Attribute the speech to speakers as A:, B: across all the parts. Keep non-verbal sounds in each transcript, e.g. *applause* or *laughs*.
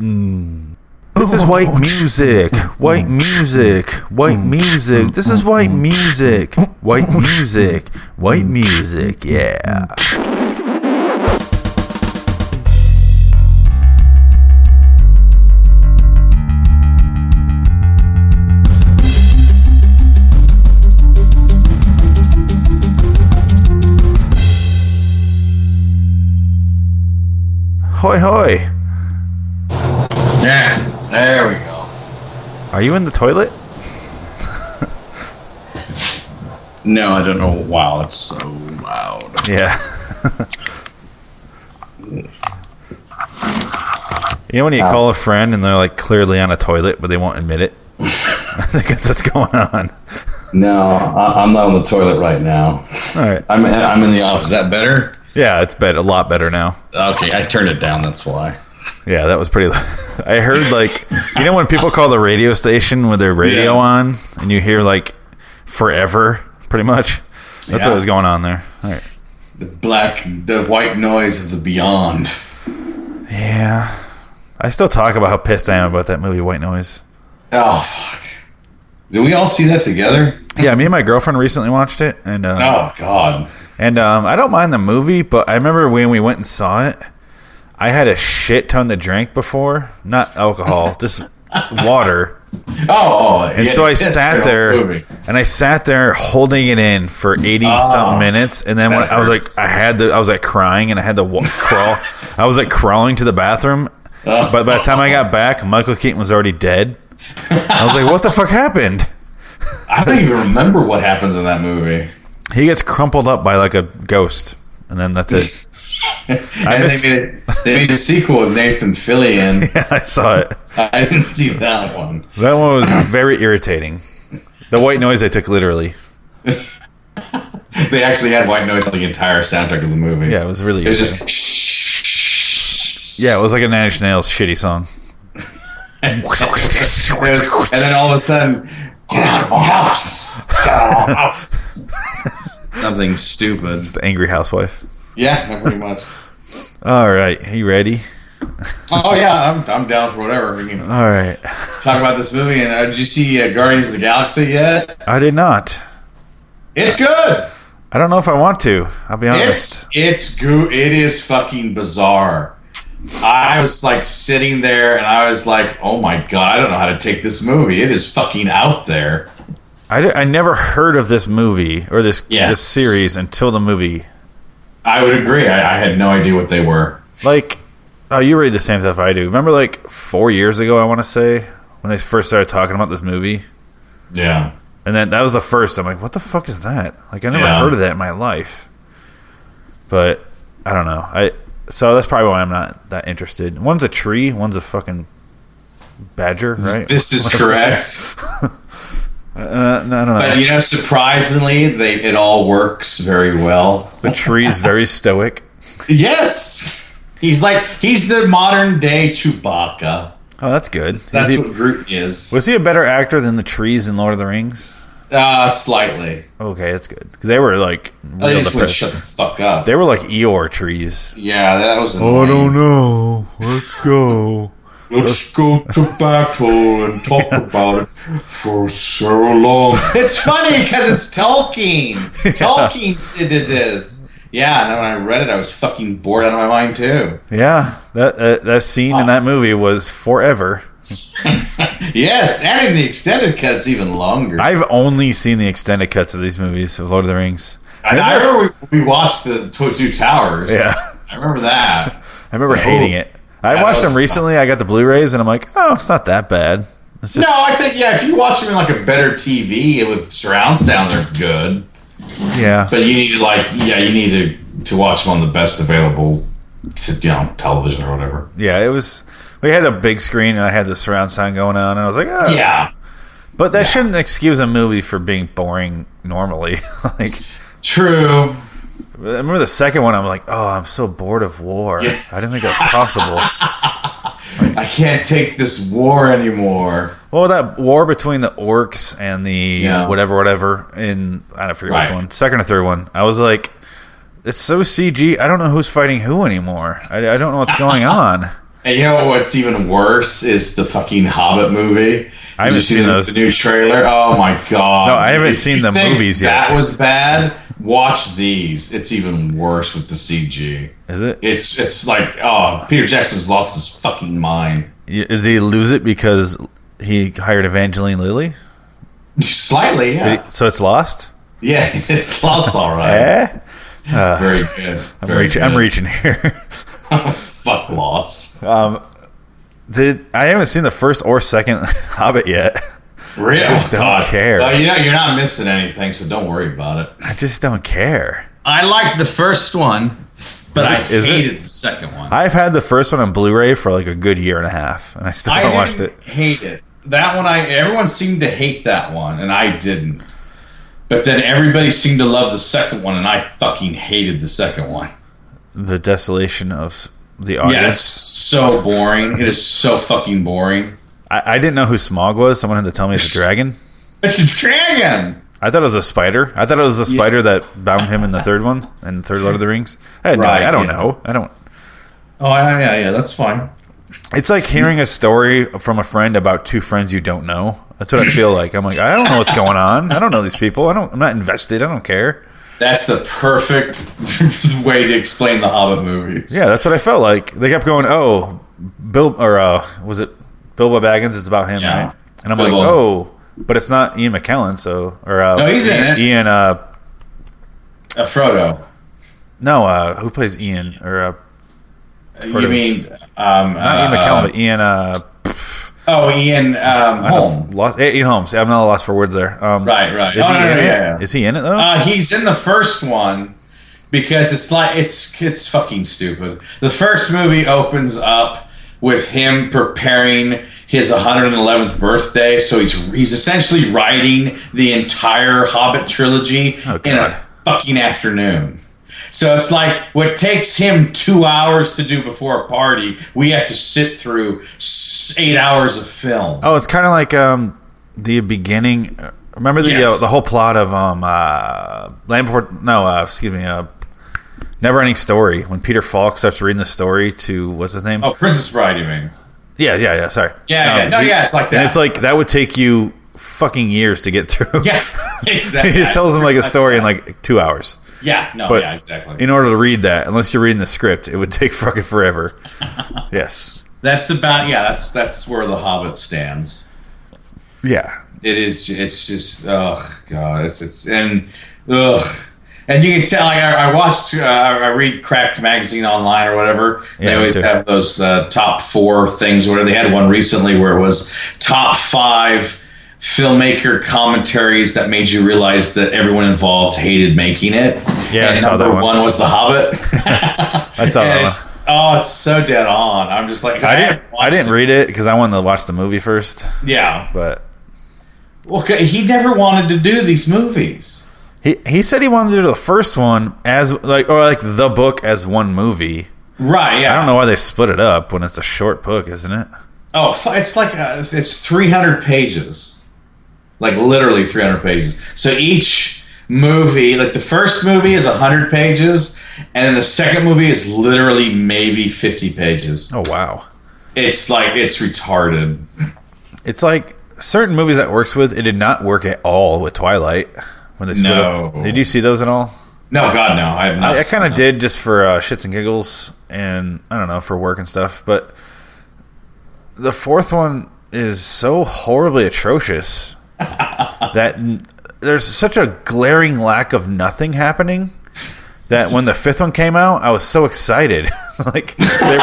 A: This is *laughs* white music. *laughs* White music. *laughs* White music. This is white music. White music. White music. Yeah. Hoi hoi.
B: Yeah, there we go.
A: Are you in the toilet?
B: No, I don't know. Wow, that's so loud.
A: Yeah. *laughs* you know when you call a friend and they're like clearly on a toilet, but they won't admit it? *laughs* I think that's what's going on.
B: No, I, I'm not on the toilet right now.
A: All right.
B: I'm I'm in the office. Is that better?
A: Yeah, it's better, a lot better now.
B: Okay, I turned it down. That's why.
A: Yeah, that was pretty. *laughs* I heard like you know when people call the radio station with their radio
B: Yeah.
A: on, and you hear like forever, pretty much. That's
B: Yeah.
A: what was going on there. All right.
B: The black, the white noise of the beyond.
A: Yeah, I still talk about how pissed I am about that movie White Noise.
B: Oh fuck! Did we all see that together?
A: Yeah, me and my girlfriend recently watched it, and uh,
B: Oh god.
A: And um, I don't mind the movie, but I remember when we went and saw it, I had a shit ton to drink before, not *laughs* alcohol, just water.
B: Oh, oh
A: And so I sat there, and I sat there holding it in for eighty something minutes, and then when
B: Oh, that
A: I was
B: hurts.
A: like, I had to, I was like crying, and I had to
B: *laughs*
A: wa- crawl. I was like crawling to the bathroom,
B: Oh.
A: but by the time I got back, Michael Keaton was already dead. I was like, what the fuck happened?
B: I don't even remember what happens in that movie.
A: He gets crumpled up by like a ghost, and then that's
B: *laughs*
A: it. *laughs* I
B: and
A: missed.
B: they, made a, they made a sequel with Nathan
A: *laughs*
B: Fillion.
A: I saw it.
B: I didn't see that one.
A: That one was very irritating. The white noise I took literally.
B: They actually had white noise on the entire soundtrack of the movie.
A: Yeah, it was really.
B: it was
A: irritating.
B: just shh.
A: yeah, it was like a Nine Inch Nails shitty song.
B: It was- and then all of a sudden, get out of my house! Get out of my house! Something stupid.
A: It's the Angry Housewife.
B: Yeah, pretty much.
A: All right, you ready?
B: Oh yeah, I'm, I'm down for whatever. We can
A: All right,
B: talk about this movie. And uh, did you see uh, Guardians of the Galaxy yet?
A: I did not.
B: It's good.
A: I don't know if I want to. I'll be honest.
B: It's it's goo. It is fucking bizarre. I was like sitting there, and I was like, "Oh my god, I don't know how to take this movie. It is fucking out there."
A: I, di- I never heard of this movie or this
B: Yes.
A: this series until the movie.
B: I would agree. I, I had no idea what they were.
A: Like, oh, you read the same stuff I do. Remember, like four years ago, I want to say when they first started talking about this movie.
B: Yeah,
A: And then that was the first. I'm like, what the fuck is that? Like, I never
B: Yeah.
A: heard of that in my life. But I don't know. I so that's probably why I'm not that interested. One's a tree. One's a fucking badger, right?
B: this is correct.
A: uh, no, no,
B: But
A: no.
B: you know, surprisingly, they it all works very well.
A: The tree is very stoic.
B: Yes, he's like he's the modern day Chewbacca.
A: Oh, that's good. Is
B: That's
A: he-
B: what Groot is.
A: was he a better actor than the trees in Lord of the Rings?
B: Uh, slightly.
A: Okay, that's good because they were like
B: Oh, They
A: real
B: just would
A: depressed.
B: shut the fuck up.
A: They were like Eeyore trees.
B: yeah, that was.
A: Oh,
B: Annoying.
A: know. Let's go.
B: Let's go to battle and talk about it for so long. It's funny because it's
A: *laughs*
B: Tolkien. Tolkien did this. Yeah, and then when I read it, I was fucking bored out of my mind too.
A: Yeah, that uh, that scene in that movie was forever.
B: Yes, and in the extended cut, it's even longer.
A: I've only seen the extended cuts of these movies of Lord of the Rings.
B: and I remember we, we watched the Tw- Two Towers.
A: Yeah,
B: I remember that.
A: *laughs* I remember hating it. I
B: Oh. Yeah,
A: watched
B: that
A: them
B: was-
A: recently. I got the Blu-rays, and I'm like, oh, it's not that bad. It's
B: No,
A: just
B: I think yeah, if you watch them in like a better TV with surround sound, they're good. *laughs*
A: yeah,
B: But you need to like yeah, you need to to watch them on the best available to you know television or whatever.
A: yeah. It was. We had a big screen, and I had the surround sound going on, and I was like, oh.
B: Yeah.
A: But that shouldn't *laughs* excuse a movie for being boring normally. like,
B: True.
A: I remember the second one. I'm like, oh, I'm so bored of war.
B: Yeah.
A: I didn't think that was
B: *laughs*
A: possible.
B: I can't take this war anymore.
A: well, that war between the orcs and the
B: Yeah.
A: whatever, whatever. In I don't forget which
B: Right.
A: one, second or third one. I was like, it's so CG. I don't know who's fighting who anymore. I, I don't know what's
B: *laughs*
A: going on.
B: And you know what's even worse is the fucking Hobbit movie.
A: I
B: Did
A: haven't
B: you
A: seen
B: the,
A: those.
B: The new trailer.
A: *laughs*
B: Oh my god!
A: No, I haven't
B: If
A: seen
B: you
A: the
B: think
A: movies yet.
B: That was bad. Watch these. It's even worse with the CG.
A: Is it?
B: It's it's like oh, Peter Jackson's lost his fucking mind. *laughs*
A: Is he lose it because he hired Evangeline Lilly?
B: Slightly, yeah,
A: So it's lost.
B: yeah. *laughs* It's lost, all right.
A: Eh?
B: Very good.
A: I'm,
B: Very
A: reaching, I'm
B: good.
A: reaching here. *laughs*
B: Fuck lost.
A: Did I haven't seen the first or second *laughs* Hobbit yet.
B: Real
A: just don't
B: Oh, God.
A: care.
B: Well, you know you're not missing anything, so don't worry about it.
A: I just don't care.
B: I liked the first one, but I
A: Is it-
B: hated the second one.
A: I've had the first one on Blu-ray for like a good year and a half, and I still
B: I
A: haven't watched
B: didn't
A: it.
B: Hate it. That one, I everyone seemed to hate that one, and I didn't. But then everybody seemed to love the second one, and I fucking hated the second one.
A: The desolation of the
B: Yeah, it's
A: audience.
B: so boring. It is so fucking boring.
A: I, I didn't know who Smog was. Someone had to tell me it's a dragon.
B: It's a dragon.
A: I thought it was a spider. I thought it was a spider that bound him in the third one and the third Lord of the Rings. I had no
B: Right,
A: idea. I don't
B: yeah.
A: know. I don't.
B: Oh yeah, yeah, yeah. That's fine.
A: It's like hearing a story from a friend about two friends you don't know. That's what I feel like. I'm like, I don't know what's going on. I don't know these people. I don't. I'm not invested. I don't care.
B: That's the perfect *laughs* way to explain the Hobbit movies.
A: Yeah, that's what I felt like. They kept going, "Oh, Bill," or uh, was it Bilbo Baggins? It's about him,
B: Yeah.
A: right? And I'm like,
B: Bilbo.
A: "Oh," but it's not Ian McKellen. So, or uh,
B: No, he's in
A: Ian,
B: it.
A: Ian, uh,
B: Uh, Frodo.
A: no, uh, who plays Ian? Or uh,
B: You
A: Frodo's-
B: mean um,
A: not Ian
B: uh,
A: McKellen, but Ian uh,
B: Oh, Ian um, Holm.
A: lost, eh, Ian Holmes. I'm not lost for words there. Um,
B: Right, right.
A: Is
B: Oh,
A: he
B: no, no,
A: in
B: no,
A: it?
B: yeah, yeah.
A: Is he in it though?
B: Uh, he's in the first one because it's like it's it's fucking stupid. The first movie opens up with him preparing his 111th birthday, so he's he's essentially writing the entire Hobbit trilogy
A: Oh,
B: in
A: God.
B: a fucking afternoon. So it's like what takes him two hours to do before a party, we have to sit through s- eight hours of film.
A: Oh, it's kind of like um, the beginning. Remember the
B: Yes.
A: uh, the whole plot of um, uh, Land Before? No, uh, excuse me, uh, Never Ending Story. When Peter Falk starts reading the story to what's his name?
B: Oh, Princess Bride, you mean?
A: yeah, yeah, yeah. Sorry.
B: Yeah, yeah.
A: Um,
B: No,
A: he-
B: yeah, it's like that.
A: And it's like that would take you fucking years to get through.
B: Yeah, *laughs*
A: *laughs*
B: exactly.
A: he just tells them like a
B: That's
A: story in
B: right.
A: like two hours.
B: Yeah, no,
A: But-
B: yeah, exactly.
A: In order to read that, unless you're reading the script, it would *laughs* take fucking
B: *laughs*
A: forever. yes.
B: that's about yeah. That's that's where the Hobbit stands.
A: Yeah.
B: It is. It's just oh god. It's it's and ugh. And you can tell, like I, I watched, uh, I I read Cracked magazine online or whatever.
A: Yeah,
B: they
A: me
B: always
A: too.
B: have those uh, top four things. Where they had one recently where it was top five filmmaker commentaries that made you realize that everyone involved hated making it.
A: Yeah, I
B: and
A: saw that
B: number
A: one.
B: was The Hobbit.
A: *laughs* I saw
B: *laughs* And
A: that. one.
B: it's, oh, it's so dead on. I'm just like
A: I didn't.
B: haven't watched
A: I didn't
B: it.
A: read it because I wanted to watch the movie first,
B: Yeah.
A: but.
B: Well, 'cause he never wanted to do these movies.
A: He, he said he wanted to do the first one as like or like the book as one movie.
B: Right. Yeah.
A: I don't know why they split it up when it's a short book, isn't it?
B: Oh, fu- it's like uh, it's 300 pages, like literally 300 pages. So each movie, like the first movie, is 100 pages, and then the second movie is literally maybe 50 pages.
A: Oh wow.
B: It's like it's retarded.
A: It's like certain movies that works with it did not work at all with Twilight when they split
B: No.
A: up. Did you see those at all?
B: No, God, no. I have not.
A: I, I
B: seen
A: kind of
B: those.
A: did just for uh, shits and giggles, and I don't know for work and stuff. But the fourth one is so horribly
B: *laughs*
A: atrocious that n- there's such a glaring lack of nothing happening that when the fifth one came out, I was so excited. *laughs* like they,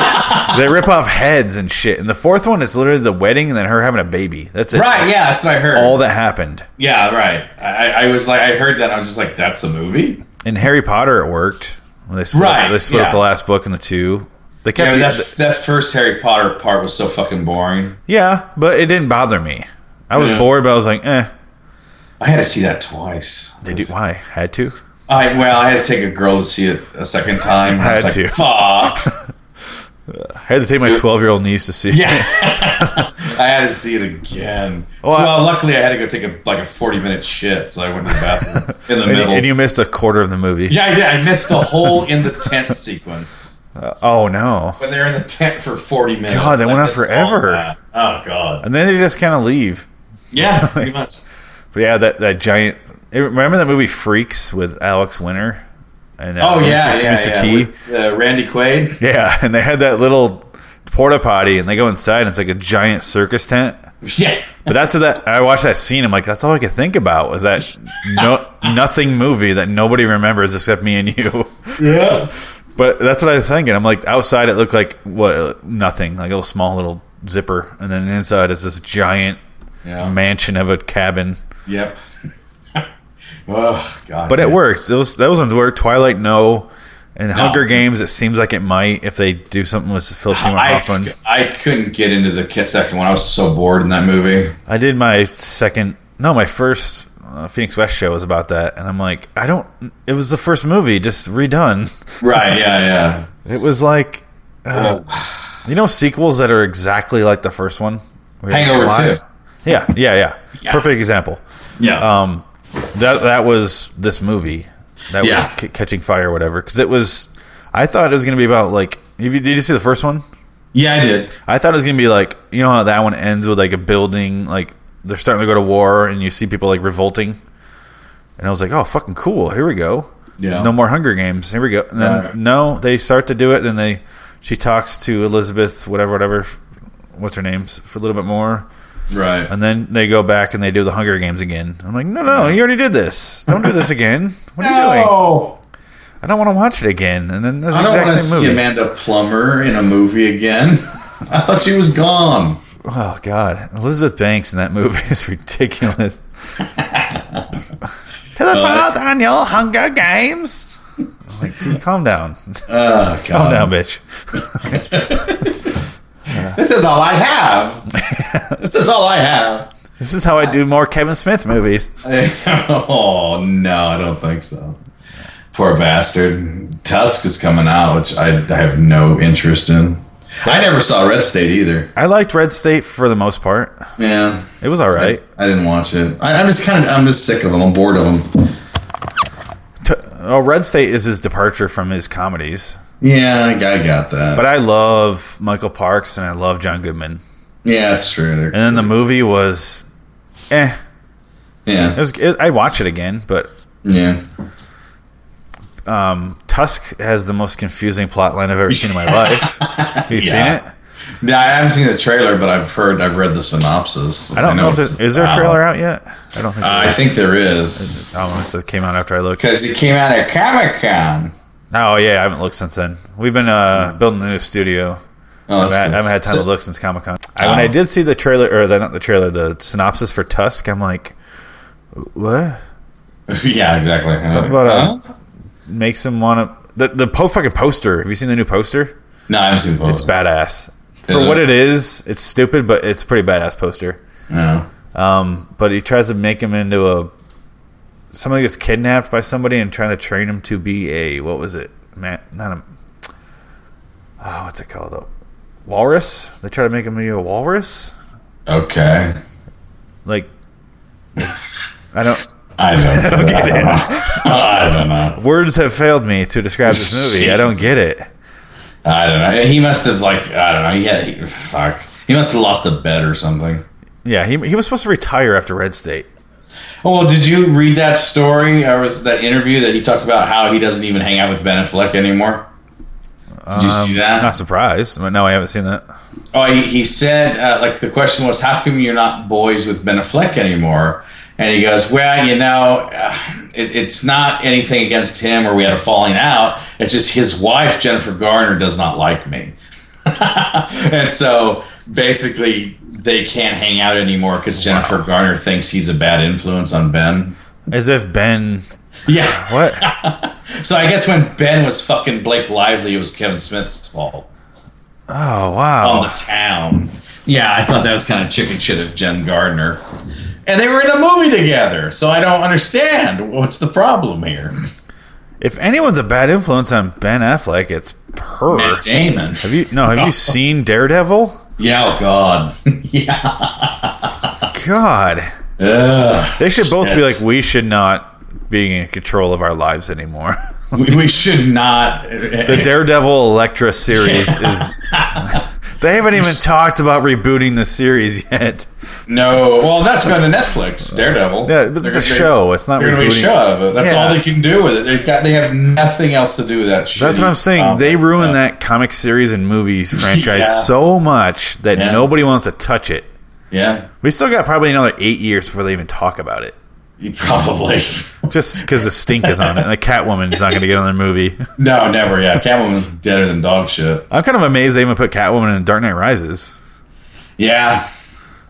A: they rip off heads and shit, and the fourth one is literally the wedding and then her having a baby. That's it.
B: Right. Yeah, that's what I heard.
A: All that happened.
B: yeah. Right. I, I was like, I heard that. I was just like, that's a movie.
A: In Harry Potter, it worked. When they split, up,
B: Right,
A: they split
B: yeah.
A: up the last book and the two. They kept
B: Yeah, but
A: the-
B: that, that first Harry Potter part was so fucking boring.
A: Yeah, but it didn't bother me. I was
B: Yeah.
A: bored, but I was like, eh.
B: I had to see that twice.
A: They do why had to.
B: I well, I had to take a girl to see it a second time. I,
A: I had
B: was like,
A: to. *laughs*
B: fuck.
A: I had to take my 12 year old niece to see it.
B: Yeah. *laughs* I had to see it again.
A: Well,
B: so,
A: I-
B: well, luckily I had to go take a like a forty minute shit, so I went to the
A: *laughs*
B: bathroom in the
A: And,
B: middle.
A: you- and you missed a quarter of the movie.
B: yeah, yeah, I missed the whole in the tent sequence.
A: Uh, oh, no.
B: When they're in the tent for forty minutes.
A: God, that
B: I
A: went on
B: missed all
A: forever.
B: that. Oh god.
A: And then they just kind of leave. *laughs*
B: Yeah, pretty much.
A: But yeah, that, that giant. eh, Remember that movie Freaks with Alex Winter? And, uh,
B: Oh yeah,
A: Mr.
B: yeah,
A: Mr.
B: yeah.
A: T?
B: With, uh, Randy Quaid. *laughs*
A: Yeah, *laughs* and they had that little porta potty, and they go inside, and it's like a giant circus tent.
B: Yeah.
A: But that's what that I watched that scene. I'm like, that's all I could think about was that no nothing movie that nobody remembers except me and you. *laughs*
B: Yeah.
A: But that's what I was thinking. I'm like, outside it looked like what nothing, like a little small little zipper, and then inside is this giant
B: Yeah.
A: mansion of a cabin.
B: Yep. *laughs* oh god.
A: But it
B: man.
A: worked. It was, those ones worked. Twilight, no. And Hunger
B: No.
A: Games, it seems like it might if they do something with Philip Seymour Hoffman.
B: I, I couldn't get into the ki- second one. I was so bored in that movie.
A: I did my second, no, my first uh, Phoenix West show was about that, and I'm like, I don't. It was the first movie, just redone. *laughs*
B: Right? Yeah, *laughs* yeah.
A: It was like,
B: *sighs*
A: uh, you know, sequels that are exactly like the first one. We had a
B: Hangover
A: lot-
B: 2.
A: Yeah, yeah, yeah,
B: Yeah.
A: Perfect example.
B: Yeah.
A: Um, that that was this movie. That
B: Yeah.
A: was c- Catching Fire, or whatever. Because it was, I thought it was going to be about like. Have you, did you see the first one?
B: yeah, I did.
A: I thought it was gonna be like you know how that one ends with like a building like they're starting to go to war and you see people like revolting, and I was like, oh fucking cool, here we go,
B: Yeah.
A: no more Hunger Games, here we go. And then
B: Yeah.
A: no, they start to do it, then they she talks to Elizabeth whatever whatever, what's her name's for a little bit more,
B: Right.
A: and then they go back and they do the Hunger Games again. I'm like, no no, you already did this, don't do
B: *laughs*
A: this again. What are you doing?
B: No.
A: I don't want to watch it again. And then that's
B: I
A: the
B: don't want
A: exact
B: to
A: same
B: see
A: movie.
B: Amanda Plummer in a movie again. *laughs* I thought she was gone.
A: Oh God, Elizabeth Banks in that movie *laughs* is ridiculous. to the twelfth annual Hunger Games. I'm like, dude, calm down, *laughs*
B: Oh
A: calm
B: god.
A: down, bitch.
B: This is all I
A: *laughs*
B: have. this is all I have. *laughs*
A: This is how I do more Kevin Smith movies.
B: oh no, I don't think so. Poor bastard. Tusk is coming out, which I, I have no interest in. I never saw Red State either.
A: I liked Red State for the most part.
B: Yeah,
A: It was all right.
B: I didn't watch it. I, I'm just kind of I'm just sick of them. I'm bored of them.
A: T- oh, Red State is his departure from his comedies,
B: Yeah, I, I got that.
A: but I love Michael Parks and I love John Goodman.
B: yeah, that's true. They're-
A: And then the movie was, eh, it
B: yeah,
A: was. It, I watch it again, but
B: yeah.
A: um, Tusk has the most confusing plot line I've ever seen in
B: *laughs*
A: my life. You've
B: Yeah.
A: seen it?
B: Yeah, I haven't seen the trailer, but I've heard I've read the synopsis.
A: I don't know, if
B: it's
A: there, is there a
B: about.
A: trailer out yet. I don't think.
B: Uh,
A: there
B: I
A: is.
B: think there is
A: Oh, unless it came out after I looked.
B: because it came out at Comic Con.
A: Oh yeah, I haven't looked since then. We've been uh, building a new studio.
B: Oh,
A: I
B: Hmm.
A: haven't-
B: that's
A: I
B: cool.
A: haven't had time
B: So-
A: to look since Comic Con. I When I
B: Oh.
A: did see the trailer, or the, not the trailer, the synopsis for Tusk, I'm like, what?
B: *laughs* yeah, exactly.
A: Something about uh, makes him want to. The, the po- fucking poster. Have you seen the new poster?
B: No, I haven't seen both.
A: It's badass.
B: Is
A: For
B: it?
A: what it is, it's stupid, but it's a pretty badass poster.
B: No.
A: Um, but he tries to make him into a somebody gets kidnapped by somebody and trying to train him to be a what was it? Man, not a oh, what's it called? A walrus? They try to make him into a walrus?
B: Okay.
A: Like I don't
B: I
A: *laughs*
B: don't, know.
A: get
B: I
A: it.
B: don't know. *laughs* I don't know.
A: words have failed me to describe this movie. I don't get it.
B: I don't know. He must have like I don't know. He had he, fuck. He must have lost a bet or something.
A: Yeah, he he was supposed to retire after Red State.
B: Oh well, did you read that story or that interview that he talks about how he doesn't even hang out with Ben Affleck anymore? Did you see that?
A: Um, Not surprised. But no, I haven't seen that.
B: Oh, he, he said, uh, like, the question was, how come you're not boys with Ben Affleck anymore? And he goes, well, you know, uh, it, it's not anything against him or we had a falling out. It's just his wife, Jennifer Garner, does not like me. *laughs* and so basically, they can't hang out anymore because Jennifer Garner thinks he's a bad influence on Ben.
A: As if Ben
B: Yeah.
A: what?
B: So I guess when Ben was fucking Blake Lively, it was Kevin Smith's fault.
A: Oh wow.
B: on the town. Yeah, I thought that was kind of chicken shit of Jen Gardner. And they were in a movie together, so I don't understand what's the problem here.
A: If anyone's a bad influence on Ben Affleck, it's her.
B: Matt Damon.
A: Have you no? Have
B: *laughs*
A: you seen Daredevil?
B: Yeah, oh God. *laughs* yeah.
A: God,
B: Ugh.
A: they should both be like,
B: Shit.
A: we should not be in control of our lives
B: *laughs*
A: anymore.
B: we, we should not. eh,
A: The Daredevil Electra series is. *laughs* They haven't even talked about rebooting the series yet.
B: no. Well, that's going to Netflix. Daredevil.
A: Yeah, but it's
B: They're
A: a
B: gonna-
A: show. It's not
B: They're going to
A: rebooting.
B: make a show of it. That's
A: Yeah.
B: all they can do with it. They got. They have nothing else to do with that.
A: That's what I'm saying. they ruined that comic series and movie
B: *laughs*
A: franchise
B: Um, Yeah.
A: so much that
B: Yeah.
A: nobody wants to touch it.
B: Yeah. *laughs*
A: We still got probably another eight years before they even talk about it.
B: You Probably.
A: Just because the stink is on it. And the Catwoman is not going to get on their movie. *laughs*
B: No, never. Yeah, Catwoman's deader than dog shit.
A: I'm kind of amazed they even put Catwoman in Dark Knight Rises.
B: Yeah.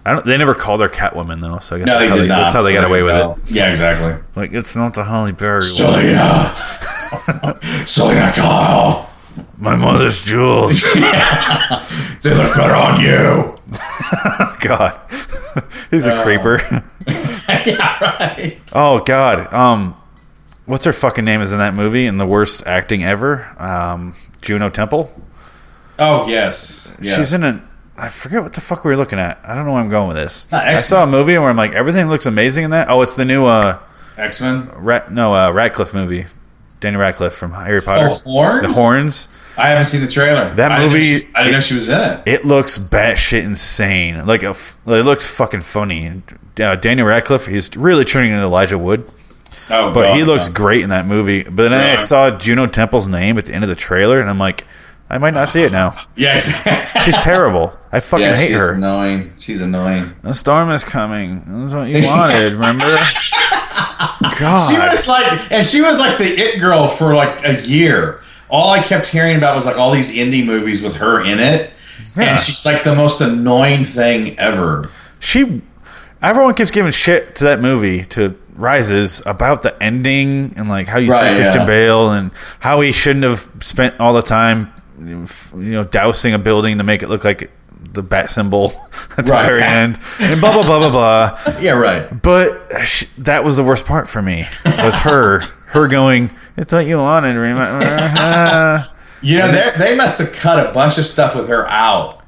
A: I don't, they never called her Catwoman, though, so I guess
B: No,
A: that's,
B: they
A: how
B: did
A: they,
B: not.
A: that's how they
B: So
A: got
B: there
A: away
B: you
A: with
B: go.
A: it.
B: Yeah, exactly.
A: Like, it's not the Holly Berry one.
B: Selena. Selena *laughs* Kyle.
A: My mother's jewels. *laughs*
B: They look good on you.
A: Oh, God. *laughs* He's a
B: Oh.
A: creeper.
B: *laughs*
A: *laughs*
B: yeah, right.
A: Oh God. Um, what's her fucking name is in that movie and the worst acting ever? Um, Juno Temple.
B: Oh yes. yes.
A: She's in an. I forget what the fuck we were looking at. I don't know where I'm going with this.
B: Ah,
A: I saw a movie where I'm like, everything looks amazing in that. Oh, it's the new uh,
B: X Men.
A: Rat no uh, Ratcliffe movie. Danny Ratcliffe from Harry Potter.
B: Oh, horns.
A: The horns.
B: I haven't seen the trailer.
A: That
B: I didn't know
A: movie-
B: she- I didn't know she was in it.
A: It looks batshit insane. Like a, f- it looks fucking funny. And, Uh, Danny Radcliffe, he's really turning into Elijah Wood.
B: Oh,
A: But
B: God,
A: he looks
B: no.
A: great in that movie. But then I
B: Yeah.
A: saw Juno Temple's name at the end of the trailer, and I'm like, I might not see it now.
B: Yeah, *laughs*
A: She's terrible. I fucking
B: yeah,
A: hate
B: she's
A: her.
B: annoying. She's annoying.
A: The storm is coming. That's what you wanted,
B: *laughs*
A: remember?
B: She
A: God.
B: was like, and she was like the it girl for like a year. All I kept hearing about was like all these indie movies with her in it,
A: Yeah.
B: and she's like the most annoying thing ever.
A: She. Everyone keeps giving shit to that movie, to Rises, about the ending and like how you
B: Right,
A: see Christian
B: yeah.
A: Bale and how he shouldn't have spent all the time, you know, dousing a building to make it look like the bat symbol *laughs* at the
B: Right.
A: very end, and blah blah blah blah blah.
B: Yeah, right.
A: But sh that was the worst part for me was her her going. It's what you wanted. Remember?
B: You know, they they must have cut a bunch of stuff with her out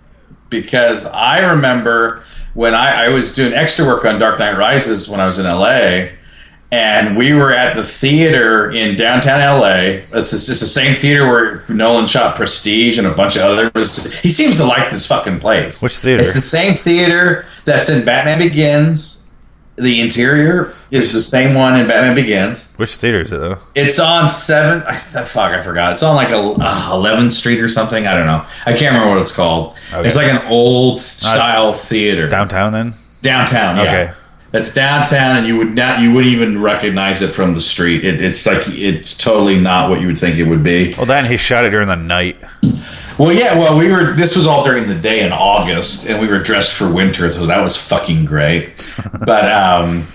B: because I remember when I, I was doing extra work on Dark Knight Rises when I was in LA, and we were at the theater in downtown LA. It's it's just the same theater where Nolan shot Prestige and a bunch of others. He seems to like this fucking place.
A: Which theater?
B: It's the same theater that's in Batman Begins. The interior is the same one in Batman Begins.
A: *laughs* Which theater is it though?
B: It's on seventh. I, th- fuck, I forgot. It's on like a uh, Eleventh Street or something. I don't know. I can't remember what it's called.
A: Okay.
B: It's like an old style theater
A: Downtown then?
B: downtown. Yeah.
A: Okay.
B: That's downtown, and you would not you wouldn't even recognize it from the street. It, it's like it's totally not what you would think it would be.
A: Well, then he shot it during the night.
B: Well, yeah. Well, we were. This was all during the day in August, and we were dressed for winter, so that was
A: *laughs*
B: fucking great. but um,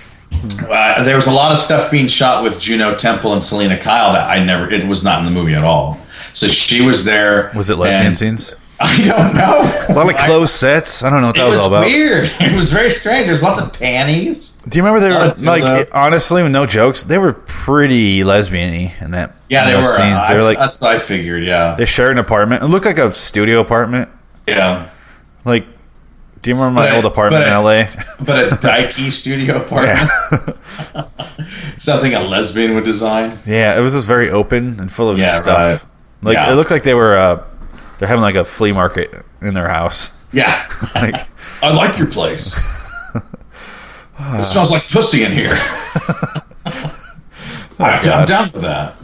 B: uh, there was a lot of stuff being shot with Juno Temple and Selena Kyle that I never. It was not in the movie at all. So she was there.
A: Was it lesbian
B: and-
A: scenes?
B: *laughs* I don't know.
A: A lot of closed sets. I don't know what that
B: It
A: was,
B: was
A: all about.
B: weird. *laughs* It was very strange. There's lots of panties.
A: Do you remember they
B: lot
A: were
B: of
A: like
B: dildos.
A: honestly, no jokes. They were pretty lesbian-y in that.
B: Yeah,
A: in
B: they were.
A: those Scenes. They
B: I-
A: were like
B: that's what I figured. Yeah.
A: they shared an apartment. It looked like a studio apartment.
B: yeah.
A: Like, do you remember my
B: But-
A: old apartment
B: but-
A: in L.A.?
B: But a
A: *laughs*
B: dykey studio *laughs* apartment. Something a lesbian would design.
A: Yeah, it was just very open and full of
B: Yeah,
A: stuff.
B: right.
A: Like
B: Yeah.
A: it looked like they were uh, they're having like a flea market in their house. *laughs*
B: Yeah. *laughs*
A: Like
B: I like your
A: *laughs*
B: place. it smells like pussy in here.
A: Oh,
B: I, am down for that.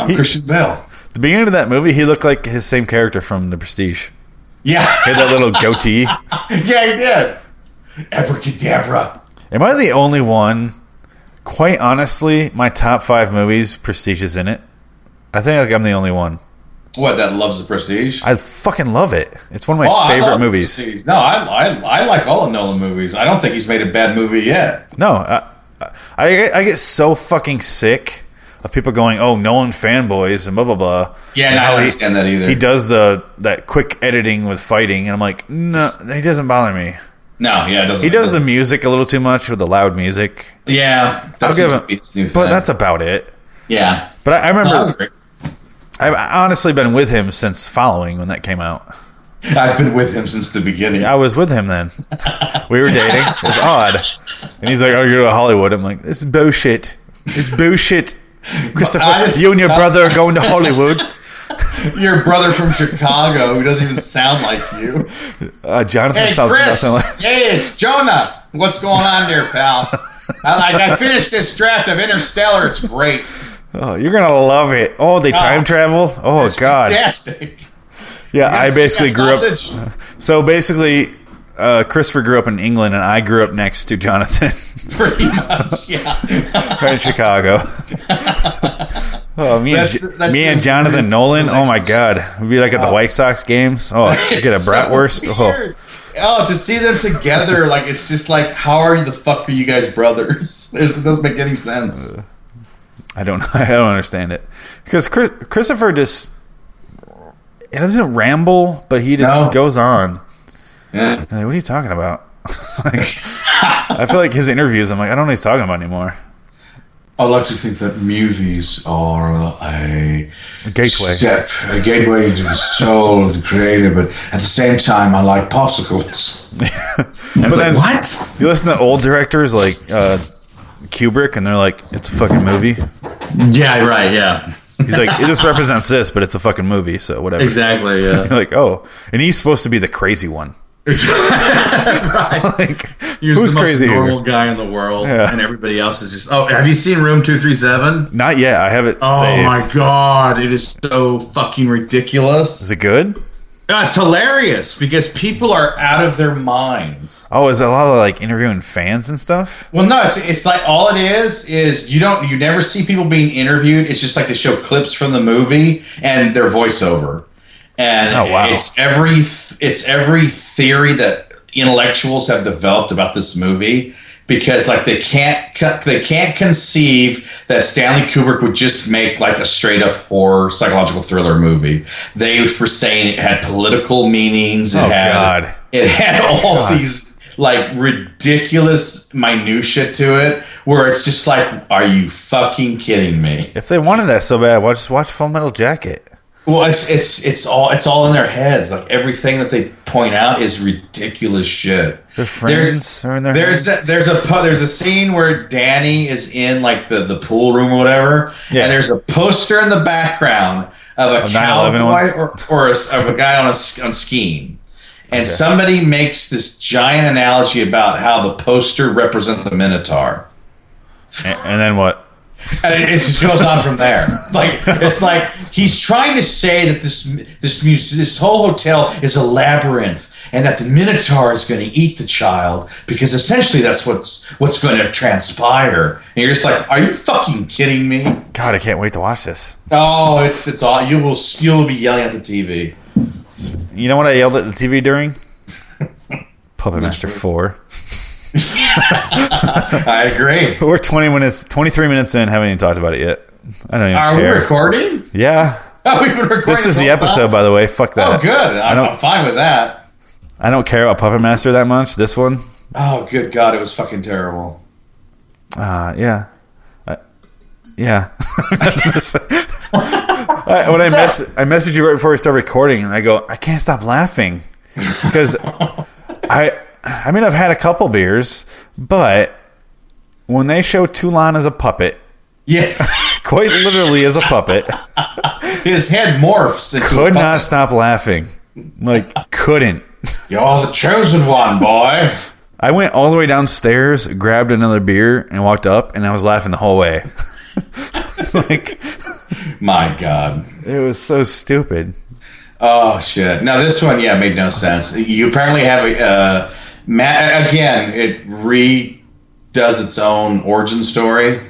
B: I'm Christian Bell.
A: the beginning of that movie, he looked like his same character from The Prestige. *laughs*
B: Yeah,
A: He had that little goatee.
B: *laughs* yeah, he did. Abracadabra.
A: Am I the only one? Quite honestly, my top five movies, Prestige is in it. I think like I'm the only one.
B: What that loves the prestige.
A: I fucking love it. It's one of my
B: Oh, I
A: favorite
B: love
A: movies.
B: Prestige. No, I, I I like all of Nolan movies. I don't think he's made a bad movie yet.
A: No, I, I I get so fucking sick of people going, "Oh, Nolan fanboys and blah blah blah." And how he-
B: that either.
A: He does the that quick editing with fighting, and I'm like, no, he doesn't bother me.
B: No, yeah, it doesn't.
A: He does the music a little too much with the loud music,
B: Yeah,
A: I'll
B: that's
A: give him-
B: his new
A: but
B: thing.
A: that's about it.
B: yeah.
A: But I, I remember
B: Hungry.
A: I've honestly been with him since following when that came out.
B: I've been with him since the beginning.
A: I was with him
B: *laughs*
A: then. we were dating. It was odd. And he's like, "Oh, you're to Hollywood." I'm like, "It's bullshit. It's bullshit." Christopher,
B: I just-
A: you and your brother are going to
B: *laughs*
A: Hollywood.
B: Your brother from Chicago who doesn't even sound like you.
A: Uh, Jonathan
B: Hey,
A: sounds
B: Chris.
A: nothing like.
B: Hey, it's Jonah. What's going on there, pal? I, like, I finished this draft of Interstellar. It's great.
A: Oh, you're gonna love it. Oh, they time travel. Oh
B: It's
A: God.
B: fantastic.
A: Yeah, I basically
B: Yeah,
A: grew up.
B: sausage.
A: So basically, uh, Christopher grew up in England, and I grew up next to Jonathan *laughs*
B: Pretty much, yeah.
A: in
B: *laughs*
A: Chicago. oh, me and,
B: That's
A: J
B: the- that's
A: me
B: the
A: and Jonathan
B: weirdest
A: Nolan. Oh my
B: relationship.
A: God, we'd be like at the White Sox games.
B: *laughs*
A: Oh, get a
B: It's so
A: bratwurst. oh.
B: weird. Oh, to see them together, like it's just like, how are you? The fuck are you guys brothers? *laughs* There's, it doesn't make any sense.
A: I don't know. *laughs* I don't understand it because Chris, Christopher just it doesn't ramble, but he just
B: No.
A: goes on.
B: Yeah.
A: I'm like, what are you talking about? *laughs* like, I feel like his interviews. I'm like, I don't know what he's talking about anymore.
B: I like to think that movies are a
A: Gateway.
B: step, a gateway into the soul of the creator. But at the same time, I like popsicles. but
A: then-
B: what?
A: You listen to old directors like uh, Kubrick, and they're like, it's a fucking movie.
B: Yeah, right. Yeah,
A: He's like, it just represents this, but it's a fucking movie, so whatever.
B: exactly. Yeah,
A: You're *laughs* like, oh, and he's supposed to be the crazy one. *laughs* Like,
B: You're
A: who's
B: the most
A: crazy? here?
B: normal guy in the world,
A: Yeah.
B: and everybody else is just. Oh, have you seen Room Two Three Seven?
A: Not yet. I have it.
B: Oh
A: saved.
B: my god, it is so fucking ridiculous.
A: Is it good?
B: That's hilarious because people are out of their minds.
A: Oh, is it a lot of like interviewing fans and stuff?
B: Well, no, it's, it's like all it is is you don't you never see people being interviewed. It's just like they show clips from the movie and their voiceover, and
A: Oh, wow.
B: it's every th- it's every theory that intellectuals have developed about this movie because like they can't co- they can't conceive that Stanley Kubrick would just make like a straight up horror psychological thriller movie. They were saying it had political meanings. It
A: Oh,
B: had,
A: God. Oh, *laughs*
B: it had all these like ridiculous minutia to it where it's just like are you fucking kidding me
A: If they wanted that so bad, watch watch Full Metal Jacket.
B: well it's it's it's all it's all in their heads like everything that they point out is ridiculous shit
A: Their friends are in their.
B: there's
A: hands.
B: a, there's a po- there's a scene where Danny is in like the, the pool room or whatever,
A: Yeah.
B: and there's a poster in the background of a,
A: 9/11 one?
B: cowboy or, or a, s- of a guy on a s- on skiing, and somebody makes this giant analogy about how the poster represents a minotaur,
A: And, and then what?
B: and it, it just goes on
A: *laughs*
B: from there. Like it's like he's trying to say that this m- this muse, this whole hotel is a labyrinth. And that the Minotaur is going to eat the child because essentially that's what's what's going to transpire. And you're just like, are you fucking kidding me?
A: God, I can't wait to watch this.
B: Oh, it's it's all you will you'll be yelling at
A: *laughs*
B: the TV.
A: You know what I yelled at the TV
B: *laughs*
A: during? Puppet Master Four. *laughs*
B: I agree.
A: But we're 20 minutes, 23 minutes in, haven't even talked about it yet. I don't even
B: Are we
A: care.
B: recording? *laughs*
A: yeah.
B: Oh, we've been recording.
A: This is the
B: whole time?
A: episode, by the way. Fuck that.
B: Oh, good. I'm,
A: don't-
B: I'm fine with that.
A: I don't care about Puppet Master that much. This one,
B: Oh, good God, it was
A: *laughs*
B: fucking terrible.
A: uh, yeah. I, yeah. *laughs* I, when I mess, I messaged you right before we start recording, and I go, I can't stop laughing because I, I mean, I've had a couple beers, but when they show Toulon as a puppet,
B: Yeah, *laughs*
A: quite literally as a puppet.
B: his head morphs into
A: could
B: a
A: not stop laughing. Like couldn't.
B: You're the chosen one, boy.
A: I went all the way downstairs, grabbed another beer, and walked up, and I was laughing the whole way. *laughs* It's like
B: My God.
A: it was so stupid.
B: Oh shit! Now this one, yeah, made no sense. You apparently have a uh, Matt again. It redoes its own origin story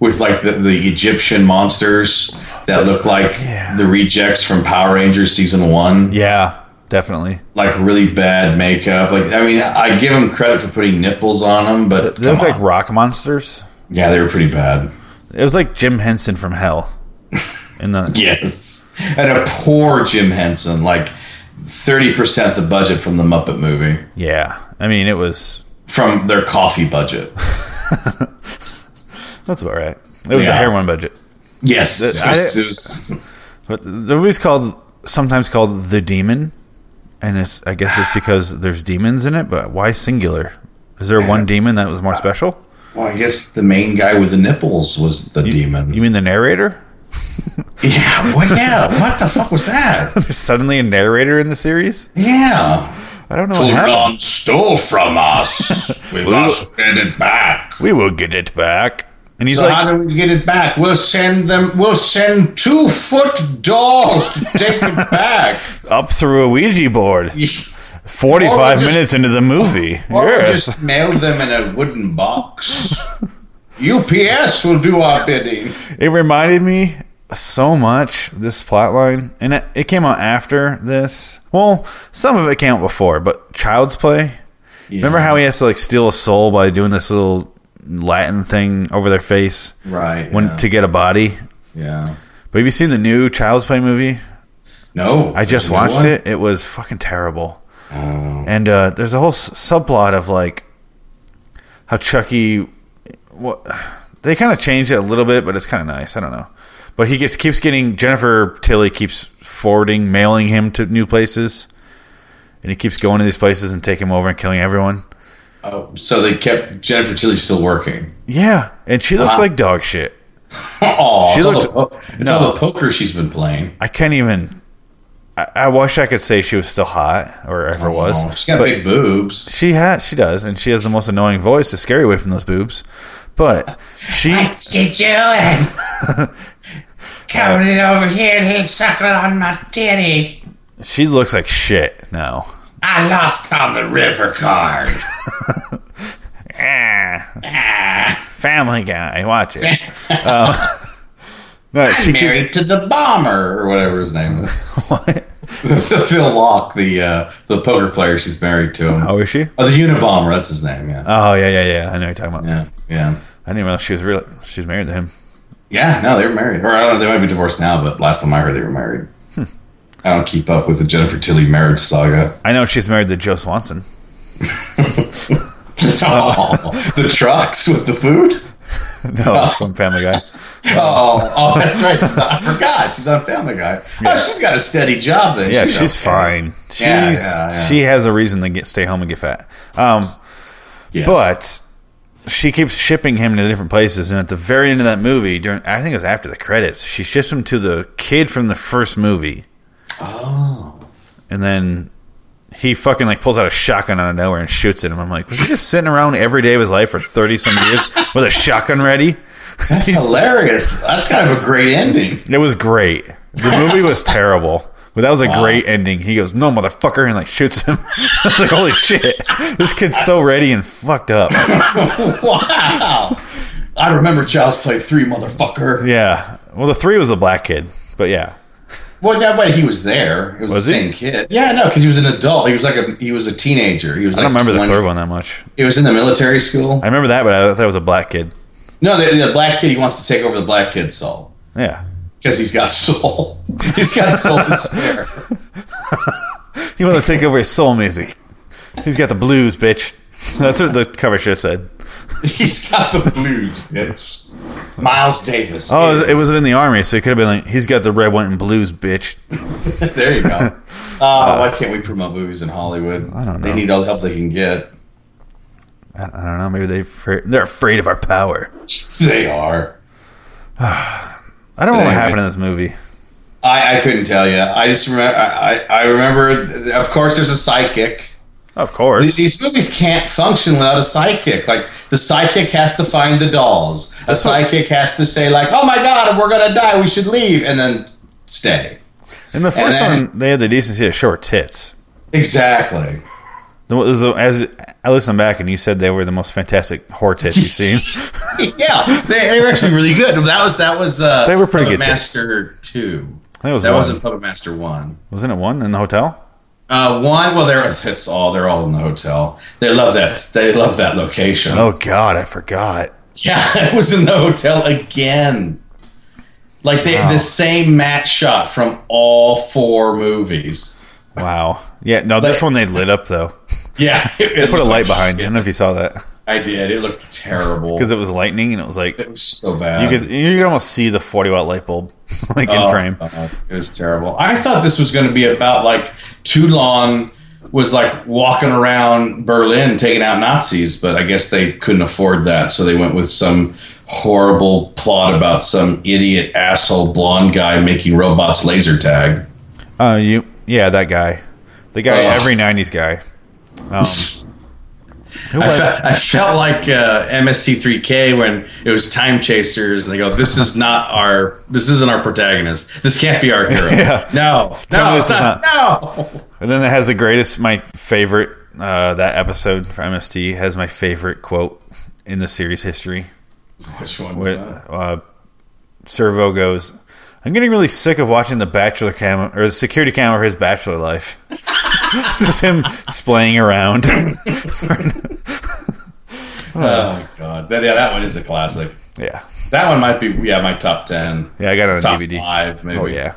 B: with like the, the Egyptian monsters that look like
A: Yeah.
B: the rejects from Power Rangers season one.
A: Yeah, definitely.
B: Like really bad makeup. Like I mean, I give them credit for putting nipples on them, but
A: They
B: come
A: look like
B: on.
A: rock monsters.
B: yeah, they were pretty bad.
A: It was like Jim Henson from
B: *laughs*
A: Hell. In the
B: Yes, and a poor Jim Henson, like thirty percent the budget from the Muppet movie.
A: yeah, I mean it was.
B: from their coffee budget.
A: That's about right. It was a
B: Yeah.
A: heroin budget.
B: Yes.
A: That-
B: it was- it was-
A: But the movie's called sometimes called The Demon, and it's I guess it's because there's demons in it. But why singular? Is there
B: *laughs*
A: one demon that was more special?
B: well, I guess the main guy with the nipples was the demon.
A: You mean the narrator?
B: *laughs* yeah. What? Yeah. What the fuck was that?
A: There's suddenly a narrator in the series.
B: Yeah.
A: I don't know what happened.
B: stole from
A: *laughs*
B: us. we must get it back.
A: We will get it back. And he's
B: So
A: like,
B: how do we get it back? We'll send them. We'll send two foot dolls to take it
A: *laughs*
B: back.
A: up through a Ouija board.
B: Or
A: 45
B: just-
A: minutes into the movie.
B: *laughs* Or we'll
A: yes.
B: just mail them in a
A: *laughs*
B: wooden box. UPS will do our bidding.
A: It reminded me so much, this plotline. And it, it came out after this. Well, some of it came out before, but Child's Play. Remember how he has to like steal a soul by doing this little Latin thing over their face
B: Right.
A: when
B: yeah,
A: to get a body?
B: yeah.
A: But have you seen the new Child's Play movie?
B: No. Oh.
A: I just watched it. It was fucking terrible. And uh, there's a whole s- subplot of like how Chucky. What they kind of changed it a little bit, but it's kind of nice. I don't know. But he gets keeps getting Jennifer Tilly keeps forwarding, mailing him to new places, and he keeps going to these places and taking over and killing everyone.
B: Oh, so they kept Jennifer Tilly still working.
A: Yeah, and she looks
B: Wow.
A: like dog shit.
B: Oh,
A: She
B: it's all
A: looked-
B: the po- it's
A: no.
B: all the poker she's been playing.
A: I can't even. I, I wish I could say she was still hot or ever was.
B: Oh, she's got
A: but-
B: big boobs.
A: She has, she does, and she has the most annoying voice to scare you away from those boobs.
B: *laughs*
A: But she,
B: she doing? Coming over here and sucking on my titty.
A: she looks like shit now.
B: I lost on the river card. *laughs*
A: Ah, family Guy, watch it.
B: *laughs*
A: um, no, she keeps.
B: Married to the bomber or whatever his name is. *laughs* the Phil Locke, the uh, the poker player she's married to. Him. Oh.
A: Oh, is she?
B: the Unabomber, that's his name. Yeah.
A: Oh yeah, yeah, yeah. I know what you're talking about.
B: yeah. Yeah.
A: I didn't realize she was really she was married to him.
B: Yeah. No, they were married. Or I don't know. They might be divorced now, but last time I heard, they were married.
A: Hmm.
B: I don't keep up with the Jennifer Tilly marriage saga. *laughs*
A: I know she's married to Joe Swanson. *laughs*
B: Oh, the trucks with the food.
A: No, from Family
B: *laughs*
A: Guy.
B: Oh, oh, that's right. She's on- I forgot. She's on Family Guy. Oh, she's got a steady job then.
A: Yeah, she's,
B: okay.
A: fine. She's
B: Yeah, yeah, yeah.
A: she has a reason to get stay home and get fat. Um,
B: Yeah.
A: But she keeps shipping him to different places, and at the very end of that movie, during I think it was after the credits, she ships him to the kid from the first movie,
B: Oh.
A: and then he fucking like pulls out a shotgun out of nowhere and shoots at him. I'm like, was he just sitting around every day of his life for thirty some years with a shotgun ready?
B: That's hilarious. That's kind of a great ending. *laughs*
A: It was great. The movie was terrible. But that was a great ending. He goes, "No, motherfucker!" and like shoots him. *laughs* I was like, "Holy shit! This kid's so ready and fucked up."
B: Wow. I remember Child's Play 3, motherfucker.
A: Yeah. Well, the three was the black kid, but yeah,
B: Well, no, but he was there. It was,
A: Was
B: the
A: he?
B: same kid. Yeah, no, because he was an adult. He was like a he was a teenager. He was.
A: I don't
B: like
A: remember the
B: 20.
A: third one that much.
B: He was in the military school.
A: I remember that, but I thought it was a black kid.
B: No, the, the black kid. He wants to take over the black kid's soul
A: Yeah.
B: because he's got soul. *laughs* he's got soul to spare. *laughs*
A: He wanted to take over his soul music. He's got the blues, bitch. *laughs* That's what the cover should have said.
B: He's got the blues, bitch. Miles Davis.
A: Oh,
B: is-
A: it was in the army, so it could have been like, he's got the red, white, and blues, bitch.
B: *laughs* there you go.
A: *laughs*
B: Uh, why can't we promote movies in Hollywood? I
A: don't
B: They
A: know.
B: need all the help they can get.
A: I I don't know. Maybe they fr- they're afraid of our power.
B: They are.
A: I don't know what
B: Anyway.
A: happened in this movie.
B: I, I couldn't tell you. I just remember. I, I- I remember. th- Of course, there's a psychic.
A: Of course.
B: These movies can't function without a psychic. Like the psychic has to find the dolls. A psychic has to say like, "Oh my God, we're gonna die. We should leave," and then stay.
A: In the first
B: then-
A: one, they had the decency to show her tits.
B: Exactly.
A: The- the- As I listened back, and you said they were the most fantastic whore tits you've
B: *laughs*
A: seen.
B: *laughs* yeah, they, they were actually really good. That was that was. Uh,
A: They were pretty
B: Puppet
A: good, too.
B: Master two.
A: That was
B: That
A: one.
B: wasn't Puppet Master one.
A: Wasn't it one in the hotel?
B: Uh, one. Well, they're that's all. They're all in the hotel. They love that. They love that location.
A: Oh God, I forgot.
B: *laughs* Yeah, it was in the hotel again. Like they, the same match shot from all four movies.
A: Wow. Yeah. No, this one they lit up though.
B: Yeah,
A: *laughs* They put a light behind. you. I don't know if you saw that.
B: I did. It looked terrible.
A: because it was lightning and it was like
B: It was so bad.
A: you could you could almost see the forty watt light bulb *laughs* like in
B: Oh,
A: frame.
B: oh, it was terrible. I thought this was going to be about like Toulon was like walking around Berlin taking out Nazis, but I guess they couldn't afford that, so they went with some horrible plot about some idiot asshole blonde guy making robots laser tag.
A: Uh, you yeah that guy, the guy
B: Ugh.
A: every nineties guy. Um, who
B: I,
A: was-
B: fe- I felt like uh, MST3K when it was Time Chasers, and they go, "This is not our. This isn't our protagonist. This can't be our
A: *laughs*
B: hero.
A: Yeah.
B: No,
A: Tell
B: no,
A: me this is
B: not- no."
A: And then it has the greatest, my favorite, uh, that episode for MST has my favorite quote in the series history.
B: *laughs* Which one? Oh
A: But,
B: Was that?
A: uh, Servo goes, I'm getting really sick of watching the bachelor camera or the security camera of his bachelor life. *laughs* it's just him splaying around. *laughs*
B: Oh my god! That, yeah, that one is a classic.
A: yeah.
B: That one might be yeah my top ten,
A: Yeah, I got it on
B: top
A: DVD.
B: five maybe.
A: Oh, yeah.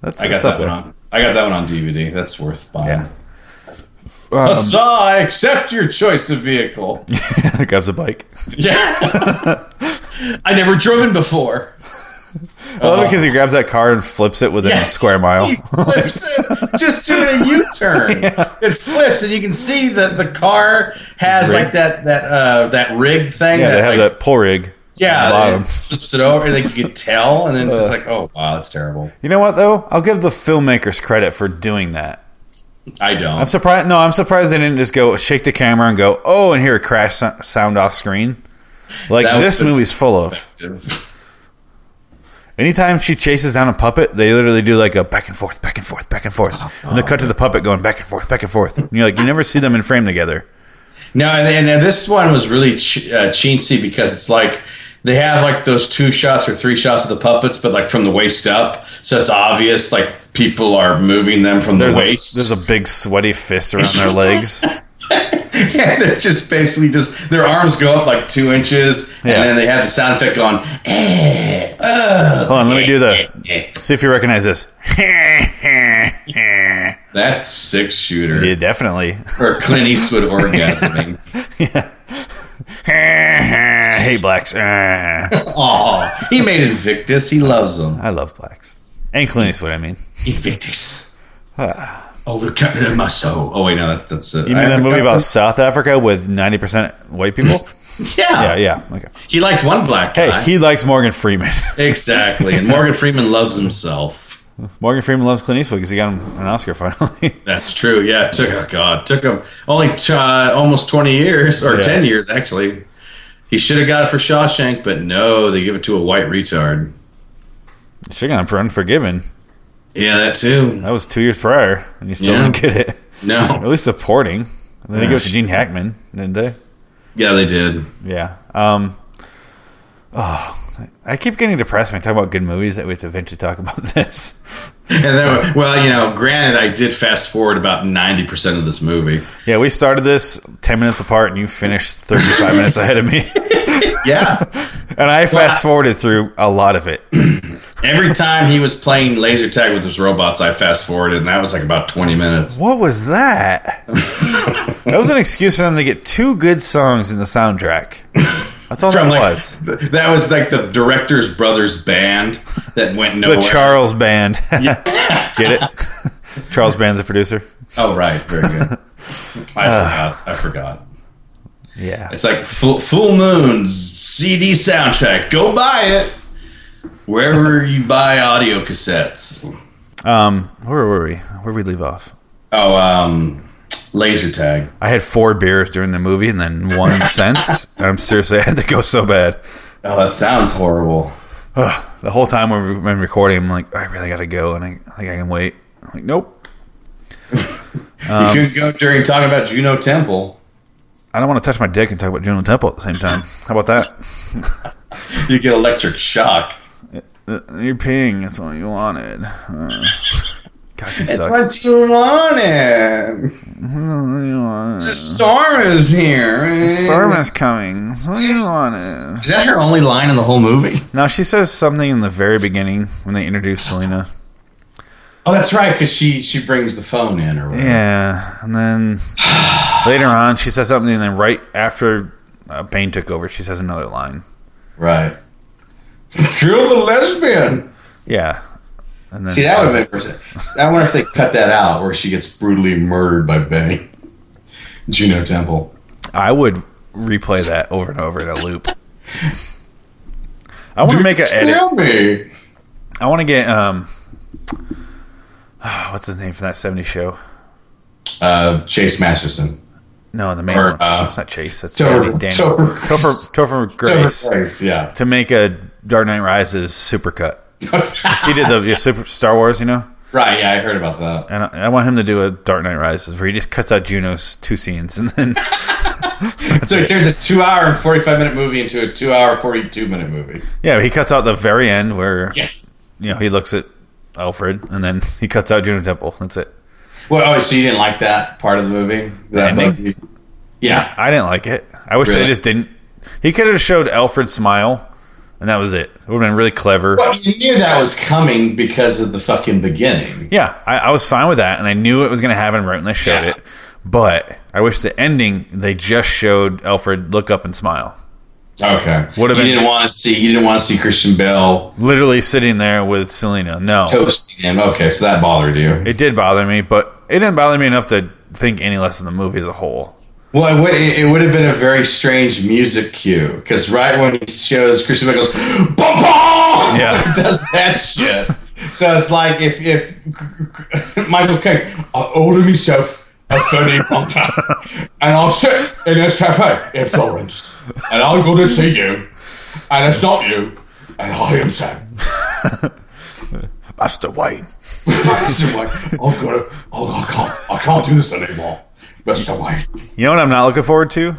A: That's,
B: I got
A: that's
B: that
A: up
B: one
A: there.
B: on. I got that one on DVD. That's worth buying.
A: Yeah. Um, *laughs*
B: Saw I accept your choice of vehicle.
A: grabs a bike.
B: yeah, *laughs* I never driven before.
A: I
B: Oh.
A: love it because he grabs that car and flips it within
B: Yeah.
A: a square mile.
B: *laughs*
A: *laughs*
B: He flips it, just doing a U turn. It flips, and you can see that the car has
A: Rig.
B: like that that uh, that rig thing.
A: yeah, they have
B: like,
A: that pull rig. on the
B: Yeah,
A: bottom. Uh.
B: it flips it over, and like you could tell, and then it's just like, oh wow, that's terrible.
A: You know what though? I'll give the filmmakers credit for doing that.
B: I don't.
A: I'm surprised. No, I'm surprised they didn't just go shake the camera and go, "Oh," and hear a crash so- sound off screen. Like
B: That
A: this
B: would've been
A: movie's full of. Anytime she chases down a puppet, they literally do like a back and forth, back and forth, back and forth, and they cut to the puppet going back and forth, back and forth. And you're like, you never see them in frame together.
B: No, and, and this one was really ch- uh, chintzy because it's like they have like those two shots or three shots of the puppets, but like from the waist up, so it's obvious like people are moving them from
A: There's
B: the
A: a,
B: waist.
A: there's a big sweaty fist around their legs.
B: *laughs* yeah, they're just basically just their arms go up like two inches,
A: Yeah.
B: and then they have the sound effect going. Eh, uh,
A: Hold on, let me do
B: eh,
A: the.
B: *laughs* eh.
A: See if you recognize this. *laughs* yeah,
B: That's six shooter
A: definitely. *laughs*
B: or Clint Eastwood orgasming.
A: hey, blacks. *laughs*
B: Oh, he made Invictus. He loves them.
A: I love blacks. And Clint Eastwood, I mean. *sighs*
B: Invictus. oh, the captain of my soul. Oh wait, no, that, that's it.
A: You mean that movie about South Africa with 90% white people? yeah,
B: *laughs* Yeah.
A: yeah. Okay.
B: he liked one black
A: Hey,
B: guy.
A: he likes Morgan Freeman. *laughs*
B: exactly, and Morgan Freeman loves himself.
A: Morgan Freeman loves Clint Eastwood because he got him an Oscar finally. *laughs*
B: That's true. Yeah, it took oh god, took him only t- uh, almost twenty years or
A: Yeah.
B: ten years actually. He should have got it for Shawshank, but no, they give it to a white retard.
A: Should got him for Unforgiven.
B: Yeah, that too.
A: That was two years prior, and you still
B: Yeah.
A: didn't *laughs* get it. At
B: No,
A: least supporting. And then they
B: Yeah,
A: go to
B: sh-
A: Gene Hackman, didn't they?
B: yeah, they did. *laughs*
A: Yeah. Um, oh, I keep getting depressed when I talk about good movies that we have to eventually talk *laughs* about this.
B: And then, well, you know, granted, I did fast forward about ninety percent of this movie.
A: Yeah, we started this 10 minutes apart and you finished 35 minutes ahead of me. *laughs*
B: Yeah,
A: And I fast forwarded through a lot of it.
B: *laughs* Every time he was playing laser tag with his robots, I fast forwarded, and that was like about 20 minutes.
A: What was that? that was an excuse for them to get two good songs in the soundtrack. That's all
B: From,
A: that
B: like-
A: was.
B: That was like the director's brother's band that went
A: The
B: nowhere.
A: Charles
B: *laughs*
A: Band. *laughs* Get it? Charles Band's a producer.
B: oh, right. Very good. I forgot. I forgot.
A: Yeah.
B: It's like Full, Full Moon's CD soundtrack. Go buy it wherever you buy audio cassettes.
A: Um, where were we? Where did we leave off?
B: Oh, um, laser tag.
A: I had four beers during the movie and then
B: *laughs*
A: one since. I'm seriously, I had to go so bad.
B: Oh, that sounds horrible.
A: Ugh, the whole time we've been recording, I'm like, I really gotta go, and I, I think I can wait. I'm like, nope,
B: you could go during talking about Juno Temple.
A: I don't want to touch my dick and talk about Juno Temple at the same time. How about that?
B: You get electric shock.
A: Uh, You're peeing. That's what you
B: *laughs*
A: wanted. Uh, gosh, you suck.
B: what you wanted. The storm is here. Eh?
A: Storm is coming. That's what you wanted.
B: Is that her only line in the whole movie?
A: Now she says something in the very beginning when they introduce Selena.
B: Oh, that's right, because she she brings the phone in or whatever. *sighs*
A: Yeah, and then Later on, she says something, and then right after uh, Bane took over, she says another line.
B: Right. Kill the lesbian.
A: Yeah. And then
B: See, that would have been. I wonder if they cut that out where she gets brutally murdered by Benny. Juno Temple.
A: I would replay that over and over in a loop. I want to make an edit.
B: Kill me.
A: I want to get um, *sighs* what's his name from that '70s show?
B: Uh, Chase Masterson.
A: No, the main
B: Or,
A: one.
B: uh,
A: it's not Chase. It's
B: Topher-
A: Topher, Daniels.
B: Topher
A: Topher, Topher, Grace
B: Topher Grace, yeah. *laughs*
A: to make a Dark Knight Rises supercut. 'Cause he did the yeah, super Star Wars, you know,
B: Right, yeah, I heard about that.
A: and I, I want him to do a Dark Knight Rises where he just cuts out Juno's two scenes and then *laughs*
B: so it turns a two hour and 45 minute movie into a two hour, 42 minute movie.
A: yeah, he cuts out the very end where you know he looks at Alfred and then *laughs* he cuts out Juno Temple. That's it.
B: Well, oh, so you didn't like that part of the movie? That
A: ending?
B: movie? Yeah.
A: I didn't like it. I wish they
B: Really?
A: just didn't. He could have showed Alfred smile, and that was it. It would have been really clever.
B: But you knew that was coming because of the fucking beginning.
A: Yeah, I, I was fine with that, and I knew it was going to happen right when they showed
B: Yeah.
A: it. But I wish the ending they just showed Alfred look up and smile,
B: Okay.
A: Would have
B: you
A: been-
B: didn't want to see you didn't want to see Christian Bell
A: literally sitting there with Selena. No,
B: toasting him. Okay, so that bothered you.
A: it did bother me, but it didn't bother me enough to think any less of the movie as a whole.
B: Well, it would, it would have been a very strange music cue because right when he shows Christian Bale goes, "Bum, bum!" *laughs*
A: Yeah.
B: does that shit. So it's like if if *laughs* Michael Caine, I order myself a thirty bunker, and I'll sit in this cafe in Florence, and I'm going to see you, and it's not you, and I am Sam.
A: Master Wayne,
B: Mr. White, I'm gonna, oh, I can't, I can't do this anymore, Mr. White.
A: you know what I'm not looking forward to?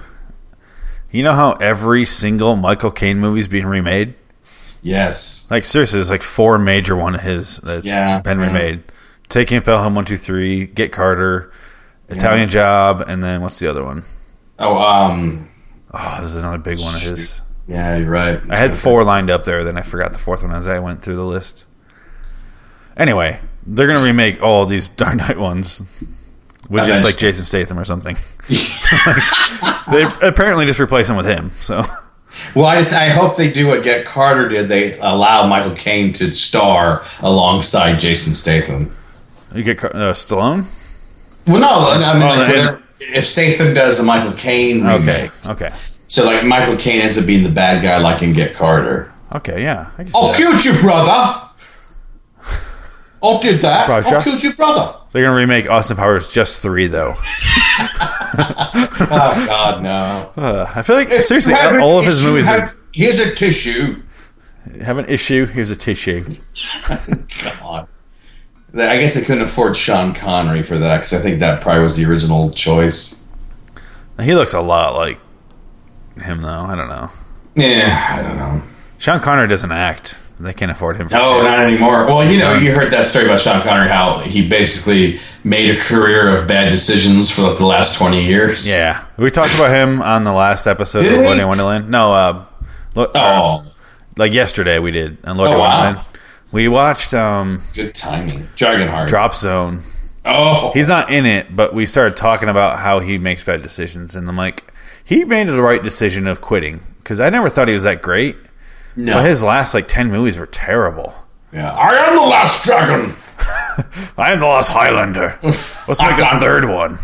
A: You know how every single Michael Caine movie's being remade.
B: Yes.
A: Like seriously, there's like four major one of his that's
B: Yeah.
A: been remade. Taking Pelham one two three, Get Carter, Italian Job, and then what's the other one?
B: Oh, um.
A: Oh, there's another big one of his.
B: Yeah, you're right.
A: I had four lined up there, then I forgot the fourth one as I went through the list. Anyway, they're gonna remake all these *laughs* Dark Knight ones. With just
B: Eventually.
A: like Jason Statham or
B: *laughs*
A: something. *laughs* they apparently just replace him with him. So
B: Well, I just I hope they do what Get Carter did. They allow Michael Caine to star alongside Jason Statham.
A: you get Car- uh, Stallone.
B: Well, no, I mean, like,
A: then-
B: whatever- if Statham does a Michael Caine remake,
A: Okay. Okay.
B: so like Michael Caine ends up being the bad guy, like in Get Carter.
A: Okay. Yeah. I can see
B: I'll
A: that.
B: kill you, brother. I'll do that.
A: Right,
B: I'll
A: sure.
B: kill your brother.
A: They're gonna remake Austin Powers just three though.
B: Oh God, no!
A: Uh, I feel like
B: If
A: *laughs* seriously,
B: you have an
A: all of his
B: issue,
A: movies
B: have- here's a tissue.
A: are, have an issue. Here's a tissue.
B: God. They- I guess they couldn't afford Sean Connery for that because I think that probably was the original choice.
A: He looks a lot like him though. I don't know.
B: Yeah, I don't know.
A: Sean Connery doesn't act. They can't afford him. For
B: No,
A: shit.
B: not anymore. Well, you know, you heard that story about Sean Connery, how he basically made a career of bad decisions for like the last twenty years.
A: yeah. We talked about him on the last episode
B: Did
A: of
B: we?
A: Lord in Wonderland. No, uh, lo- uh,
B: Oh,
A: like yesterday we did on Lord
B: Oh,
A: in
B: wow.
A: Wonderland. We watched um,
B: good timing, Dragonheart.
A: Drop Zone.
B: oh,
A: He's not in it, but we started talking about how he makes bad decisions, and I'm like, he made the right decision of quitting because I never thought he was that great.
B: no.
A: But his last like ten movies were terrible.
B: yeah. I am the last dragon.
A: I am the Lost
B: *laughs*
A: Highlander. Let's make a third one.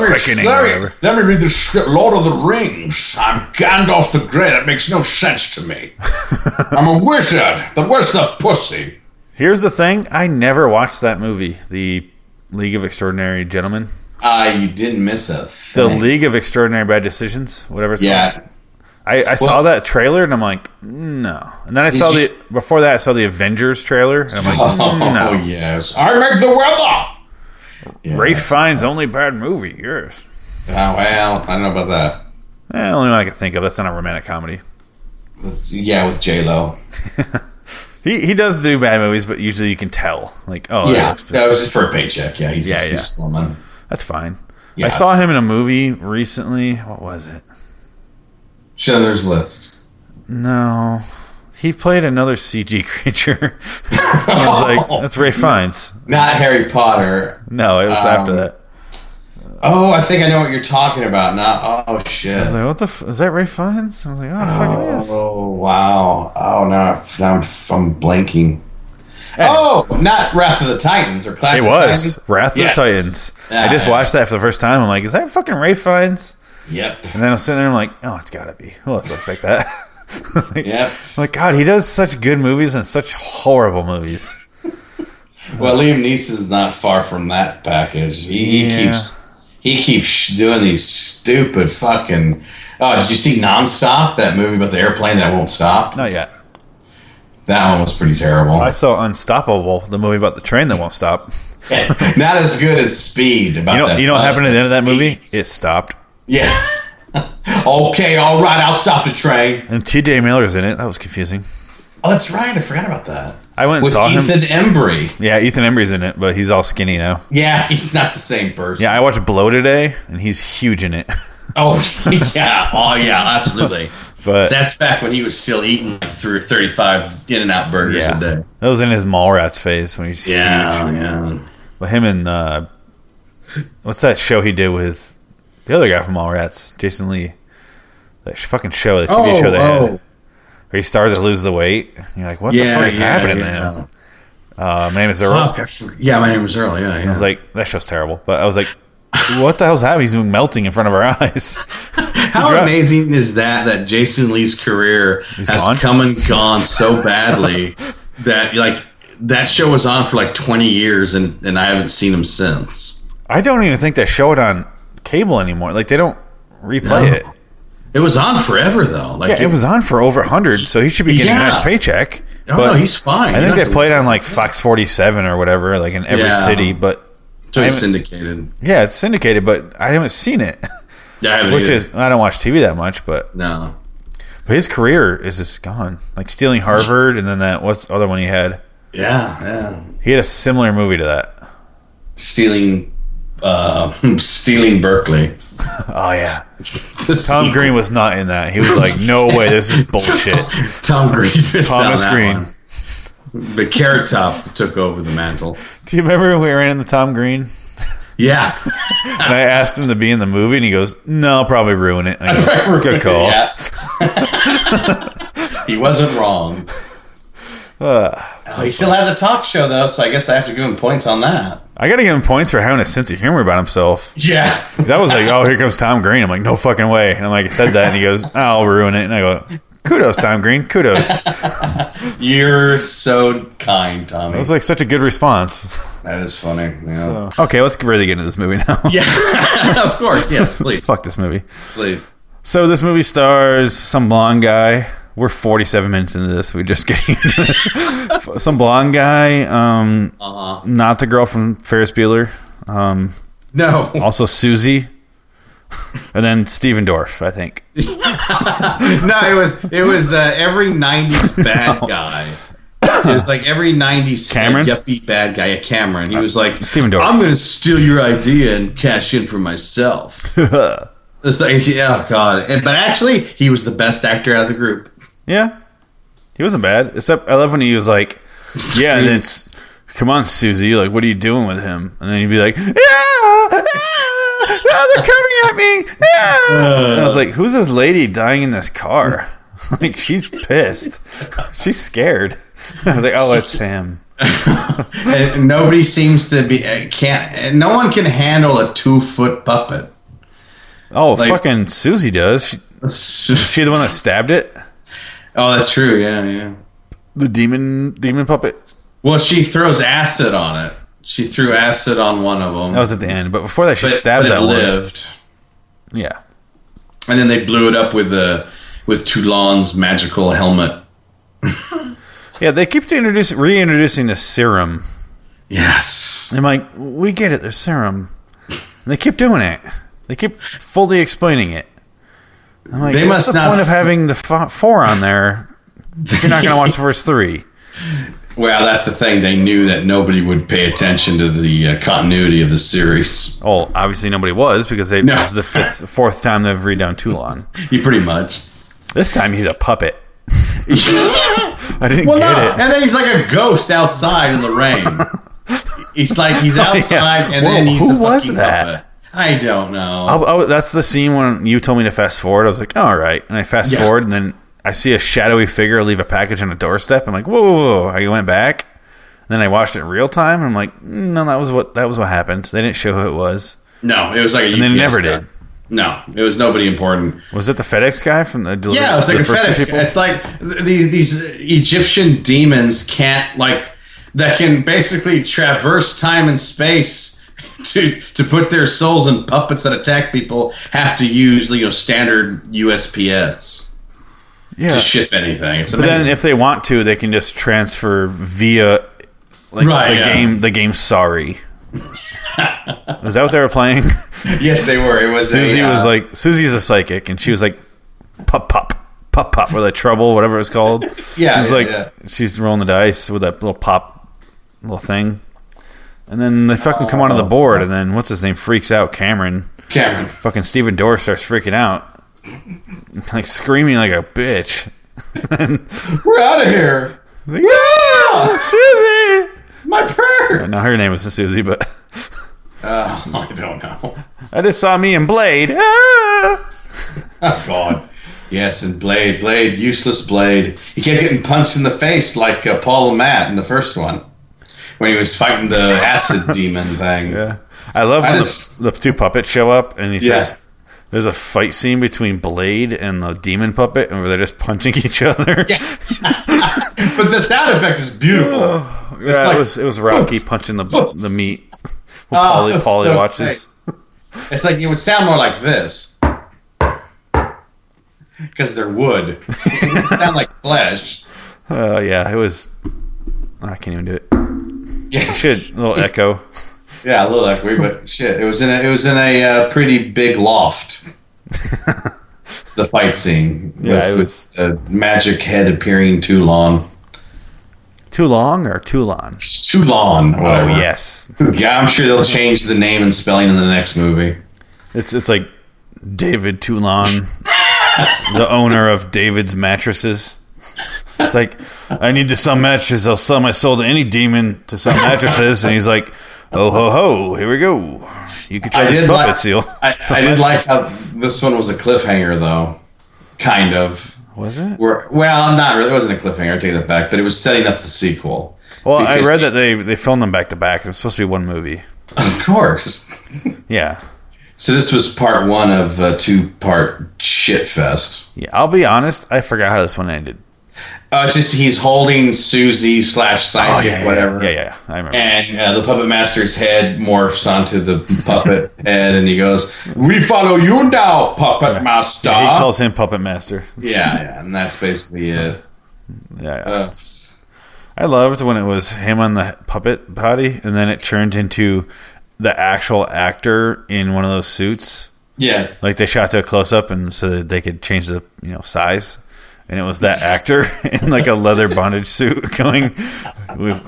A: The
B: me,
A: Quickening or
B: let, me,
A: whatever.
B: let me read the script. Lord of the Rings. I'm Gandalf the Grey. That makes no sense to *laughs* me. I'm a wizard, but where's the pussy?
A: Here's the thing: I never watched that movie, The League of Extraordinary Gentlemen,
B: Ah, you didn't miss a thing.
A: The League of Extraordinary Bad Decisions, whatever. It's called.
B: yeah,
A: I, I saw
B: Well-
A: that trailer and I'm like, no. And then I saw
B: you-
A: the before that I saw the Avengers trailer and I'm like,
B: *laughs* Oh
A: no.
B: yes, I make the weather. Yeah.
A: Ray Fine's only bad movie. Yours.
B: Oh, well, I don't know about that.
A: Eh, only one I can think of. That's not a romantic comedy.
B: With- Yeah, with J Lo.
A: He he does do bad movies, but usually you can tell. Like, oh,
B: Yeah,
A: that looks-
B: that was just for a paycheck. Yeah, he's
A: Yeah,
B: just he's slumming.
A: that's fine.
B: Yeah,
A: I saw him in a movie recently. What was it?
B: Schindler's List.
A: No, he played another CG *laughs* creature. I
B: *laughs*
A: was like, that's Ray Fiennes.
B: Not Harry Potter.
A: No, it was
B: Um,
A: after that.
B: Oh, I think I know what you're talking about. Now, oh
A: I was
B: shit.
A: like, what the? F- is that Ray Fiennes? I was like, oh, fuck it is.
B: Oh wow. Oh no, now I'm, I'm blanking. Oh, not Wrath of the Titans or Clash.
A: It
B: of
A: was
B: Titans.
A: Wrath of
B: Yes.
A: the Titans. I
B: Ah,
A: just
B: yeah.
A: watched that for the first time. I'm like, is that fucking Ray Fiennes?
B: Yep.
A: And then I'm sitting there, I'm like, oh, it's gotta be. Well, this looks like that. *laughs* like,
B: Yep.
A: I'm like, God, he does such good movies and such horrible movies.
B: Well, Liam Neeson's not far from that package. He,
A: Yeah.
B: he keeps he keeps sh- doing these stupid fucking. Oh, did you see Nonstop? That movie about the airplane that won't stop.
A: Not yet.
B: That one was pretty terrible. *laughs*
A: I saw Unstoppable, the movie about the train that won't stop.
B: not as good as Speed. About
A: You know,
B: that
A: you know what
B: bus
A: happened at the end of that movie?
B: speeds.
A: It stopped.
B: Yeah. *laughs* okay, all right, I'll stop the train.
A: And T.J. Miller's in it. That was confusing.
B: Oh, that's right. I forgot about that.
A: I went and
B: With
A: saw him.
B: Ethan Embry.
A: Yeah, Ethan Embry's in it, but he's all skinny now.
B: Yeah, *laughs* he's not the same person.
A: Yeah, I watched Blow today, and he's huge in it. *laughs*
B: Oh, *laughs* yeah. Oh, yeah, absolutely.
A: but
B: That's back when he was still eating like through 35 In and Out burgers
A: yeah,
B: a day.
A: that was in his Mallrats phase when he's huge.
B: Yeah, yeah.
A: Well, him and uh, what's that show he did with the other guy from Mallrats, Jason Lee? That sh- fucking show, the TV show they
B: Oh,
A: had, where he started to lose the weight. And you're like, what the fuck is happening now? Uh, my name is Earl. I
B: Oh, yeah, my name is Earl. Yeah, yeah.
A: was like, that show's terrible. But I was like, what the hell's happening? He's melting in front of our *laughs* eyes.
B: How
A: dropped-
B: amazing is that? That Jason Lee's career has
A: gone?
B: come and gone so badly *laughs* that like that show was on for like 20 years, and and I haven't seen him since.
A: I don't even think they show it on cable anymore. Like they don't replay
B: No.
A: it.
B: It was on forever though. Like
A: Yeah, it was on for over hundred, so he should be getting a nice
B: Yeah.
A: paycheck.
B: Oh, No,
A: But
B: no, he's fine.
A: I
B: You
A: think
B: don't
A: they
B: have to-
A: played on like Fox forty seven or whatever, like in every
B: Yeah.
A: city. But
B: so he's
A: I'm-
B: syndicated.
A: yeah, it's syndicated, but I haven't seen
B: *laughs*
A: it.
B: Yeah, I haven't
A: Which
B: either.
A: is I don't watch TV that much, but,
B: no.
A: but his career is just gone. Like stealing Harvard, and then that what's the other one he had?
B: Yeah, yeah.
A: He had a similar movie to that.
B: Stealing, uh, *laughs* stealing Berkeley. *laughs*
A: Oh yeah, *laughs* Tom Green was not in that. He was like, no way, this *laughs* is bullshit.
B: Tom Green. missed out on
A: Thomas
B: that
A: Green.
B: one. But Carrot Top took over the mantle.
A: Do you remember when we ran into Tom Green?
B: Yeah. *laughs*
A: And I asked him to be in the movie, and he goes, "No, I'll probably ruin it." I go, Good call.
B: *laughs* Yeah. he wasn't wrong.
A: Uh,
B: Oh, he still has a talk show though, so I guess I have to give him points on that.
A: I gotta give him points for having a sense of humor about himself.
B: Yeah.
A: 'Cause I was like, "Oh, here comes Tom Green." I'm like, "No fucking way!" And I'm like, "I said that," and he goes, "Ah, "I'll ruin it." And I go, "Kudos, Tom Green. Kudos." That
B: You're so kind, Tommy.
A: was like such a good response.
B: that is funny. Yeah.
A: Okay, let's really get into this movie now.
B: Yeah. *laughs* of course.
A: *laughs*
B: Yes, please.
A: Fuck this movie.
B: Please.
A: So this movie stars some blonde guy. We're 47 minutes into this. We're just *laughs* getting into this. some blonde guy. Um,
B: Uh-huh.
A: not the girl from Ferris Bueller. Um,
B: *laughs* No.
A: also Susie, and then Steven Dorff, I think.
B: No, it was it was uh, every '90s
A: *laughs*
B: bad guy. It was like every '90s
A: Cameron?
B: yuppie bad guy, a Cameron. He was like,
A: Stephen Dorff.
B: I'm going to steal your idea and cash in for myself.
A: *laughs*
B: it's like, yeah, oh God. And, but actually, he was the best actor out of the group.
A: Yeah, he wasn't bad. Except I love when he was like, *laughs* "Yeah," and then it's, "Come on, Susie, like, what are you doing with him?" And then he'd be like, "Yeah, yeah, oh, they're coming at me." Yeah, and I was like, "Who's this lady dying in this car?" *laughs* like, she's pissed. *laughs* She's scared. *laughs* I was like, "Oh, it's him."
B: And nobody seems to be uh, can't. and No one can handle a two foot puppet. *laughs*
A: Oh, fucking Susie does. She, she the one that stabbed it.
B: oh, that's true. Yeah, yeah.
A: The demon, demon puppet.
B: Well, she throws acid on it. She threw acid on one of them.
A: That was at the end, but before that, she Oh, stabbed
B: but it
A: that one.
B: lived.
A: Yeah,
B: and then they blew it up with the with Toulon's magical helmet.
A: yeah. They keep introducing, reintroducing the serum.
B: Yes.
A: I'm like, we get it. There's serum. And they keep doing it. They keep fully explaining it. I'm like,
B: They
A: what's
B: must
A: the
B: not-
A: point of having the fo- four on there if you're not going to
B: *laughs*
A: watch the first three.
B: Well, that's the thing. They knew that nobody would pay attention to the uh, continuity of the series. *laughs*
A: Oh, obviously nobody was because they,
B: No.
A: this is the fifth, fourth time they've redone Toulon.
B: You
A: *laughs*
B: pretty much.
A: This time he's a puppet. I didn't
B: Well,
A: get
B: no.
A: it.
B: And then he's like a
A: *laughs*
B: ghost outside in the rain. he's like he's outside, and then
A: Oh, Whoa,
B: he's
A: who
B: a
A: was
B: fucking
A: that?
B: puppet. I don't know.
A: I'll, I'll- Oh, that's the scene when you told me to fast forward. I was like, "Oh, all right. And I fast
B: Yeah.
A: forward, and then I see a shadowy figure leave a package on a doorstep. I'm like, whoa, whoa, whoa. I went back. And then I watched it in real time. And I'm like, "Mm, no, that was what that was what happened. They didn't show who it was.
B: no, it was like a
A: And they
B: UPS
A: never
B: guy.
A: did.
B: No, it was nobody important.
A: Was it the FedEx guy from the delivery?
B: Yeah, it was like a
A: the first two
B: FedEx.
A: people?
B: It's like th- these these Egyptian demons can't like that can basically traverse time and space *laughs* to to put their souls in puppets that attack people. Have to use you know standard USPS
A: Yeah.
B: to ship anything. It's
A: But
B: amazing.
A: then if they want to, they can just transfer via like
B: Right,
A: the
B: yeah.
A: game the game sorry.
B: *laughs*
A: Is that what they were playing? *laughs*
B: yes, they were. It was
A: Susie
B: a, uh,
A: was like Susie's a psychic and she was like pop pop pop pop or the trouble, whatever it's called.
B: *laughs* Yeah,
A: It was
B: yeah,
A: like
B: yeah.
A: she's rolling the dice with that little pop little thing. And then they fucking come
B: Oh.
A: onto the board and then what's his name freaks out Cameron.
B: Cameron.
A: Fucking Stephen Dorff starts freaking out. *laughs* Like screaming like a bitch.
B: We're out of here.
A: Like, "Ah, Susie!
B: My prayers.
A: Now her name was Susie, but *laughs*
B: Uh, *laughs* I don't know.
A: I just saw me and Blade. Ah!
B: Oh God. Yes, and Blade, Blade, useless Blade. He kept getting punched in the face like uh, Paul Matt in the first one when he was fighting the acid demon thing.
A: Yeah. I love
B: I
A: when
B: just-
A: the, the two puppets show up and he
B: Yeah.
A: says there's a fight scene between Blade and the demon puppet and where they're just punching *laughs* each other. Yeah,
B: But the sound effect is beautiful. like-
A: it was it was Rocky punching the the meat.
B: Oh,
A: Polly
B: it's
A: Polly
B: so
A: watches.
B: It's like it would sound more like this because they're wood. it would sound like flesh.
A: Oh yeah, it was I can't even do it.
B: Yeah,
A: Should a little
B: *laughs*
A: echo.
B: yeah, a little echoey, but shit, it was in a it was in a uh, pretty big
A: *laughs*
B: loft. the fight scene
A: Yeah,
B: with,
A: it
B: with a magic head appearing too long.
A: Too long or too long?
B: Toulon. or
A: Oh
B: whatever.
A: yes.
B: Yeah, I'm sure they'll change the name and spelling in the next movie.
A: It's it's like David Toulon, the owner of David's mattresses. It's like I need to sell mattresses. I'll sell my soul to any demon to sell mattresses. And he's like, "Oh ho ho, here we go. You can try
B: I
A: this
B: did
A: puppet
B: like-
A: seal."
B: I,
A: *laughs* So
B: I did
A: that-
B: like how this one was a cliffhanger, though. Kind of.
A: Was it?
B: Where, well, not really. It wasn't a cliffhanger. I take that back. But it was setting up the sequel.
A: Well, I
B: because-
A: read that they they filmed them back to back. It's supposed to be one movie.
B: Of course.
A: Yeah,
B: So this was part one of a two-part shit fest.
A: yeah. I'll be honest. I forgot how this one ended.
B: Uh, it's just he's holding Susie slash sidekick, whatever.
A: Oh, Yeah, yeah. yeah. I remember.
B: and uh, the puppet master's head morphs onto the puppet *laughs* head, and he goes, "We follow you now, puppet master."
A: he
B: Yeah,
A: calls him Puppet Master.
B: yeah, and that's basically it.
A: Yeah.
B: Uh,
A: I loved when it was him on the puppet body, and then it turned into the actual actor in one of those suits.
B: yeah,
A: Like they shot to a close up, and so that they could change the you know size, and it was
B: *laughs*
A: that actor *laughs* in like a leather bondage suit *laughs* going. "We've-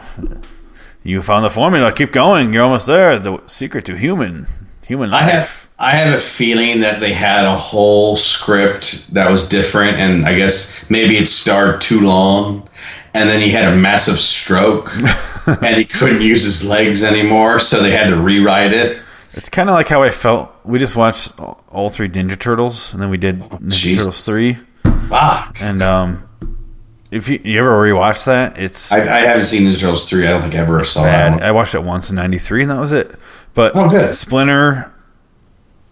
A: You found the formula. Keep going. You're almost there. The secret to human human
B: I
A: life.
B: have I have a feeling that they had a whole script that was different, and I guess maybe it starred too long, and then he had a massive stroke,
A: *laughs*
B: and he couldn't use his legs anymore, so they had to rewrite it.
A: It's kind of like how I felt. We just watched all all three Ninja Turtles, and then we did Ninja
B: Jesus.
A: Turtles three.
B: Fuck.
A: And um, if you, you ever rewatch that, it's
B: I, I haven't seen Ninja Turtles three. I don't think I ever saw that
A: bad. *laughs*
B: one.
A: I watched it once in '93, and that was it. But
B: Oh, good.
A: Splinter,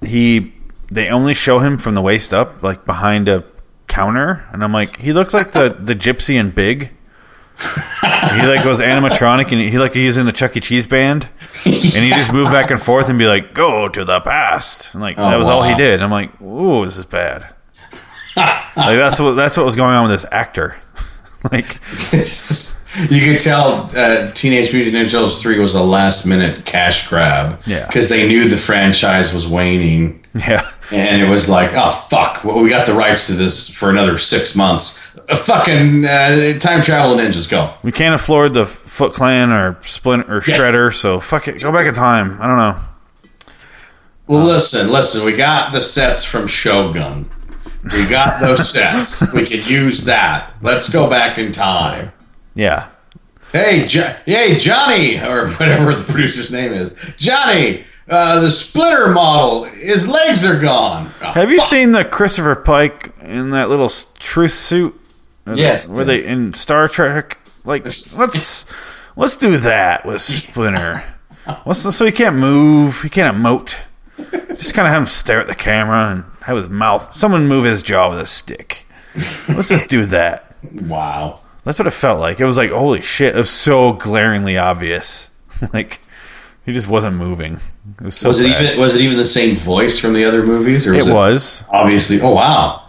A: he they only show him from the waist up, like behind a counter, and I'm like, he looks like the
B: *laughs*
A: the gypsy in Big. he like was animatronic, and he like he's in the Chuck E. Cheese band, and he just moved back and forth and be like, "Go to the past," and like that was all he
B: Oh, wow.
A: did. I'm like, "Ooh, this is bad."
B: *laughs*
A: like that's what that's what was going on with this actor. *laughs* like
B: you could tell uh, Teenage Mutant Ninja Turtles 3 was a last minute cash grab.
A: Yeah.
B: Because they knew the franchise was waning.
A: yeah.
B: And it was like, oh, fuck. Well, we got the rights to this for another six months. Uh, fucking uh, time travel ninjas, go.
A: We can't afford the Foot Clan or Splint or Shredder, so fuck it. Go back in time. I don't know.
B: Well, listen, listen. We got the sets from Shogun. We got those sets. We could use that. Let's go back in time.
A: Yeah.
B: Hey, jo- hey, Johnny, or whatever the producer's name is. Johnny, Uh, the splitter model. His legs are gone. Oh,
A: Have you
B: fuck.
A: seen the Christopher Pike in that little s- truth suit?
B: Yes,
A: Were
B: yes.
A: they in Star Trek? Like, let's let's do that
B: *laughs*
A: with Splinter. What's the, so he can't move? He can't emote. Just kind of have him stare at the camera and have his mouth. Someone move his jaw with a stick. Let's just do that.
B: Wow.
A: That's what it felt like. It was like holy shit. It was so glaringly obvious. *laughs* like he just wasn't moving. It was so.
B: Was it
A: bad.
B: even? Was it even the same voice from the other movies? Or was
A: It
B: it,
A: was.
B: obviously. Oh wow.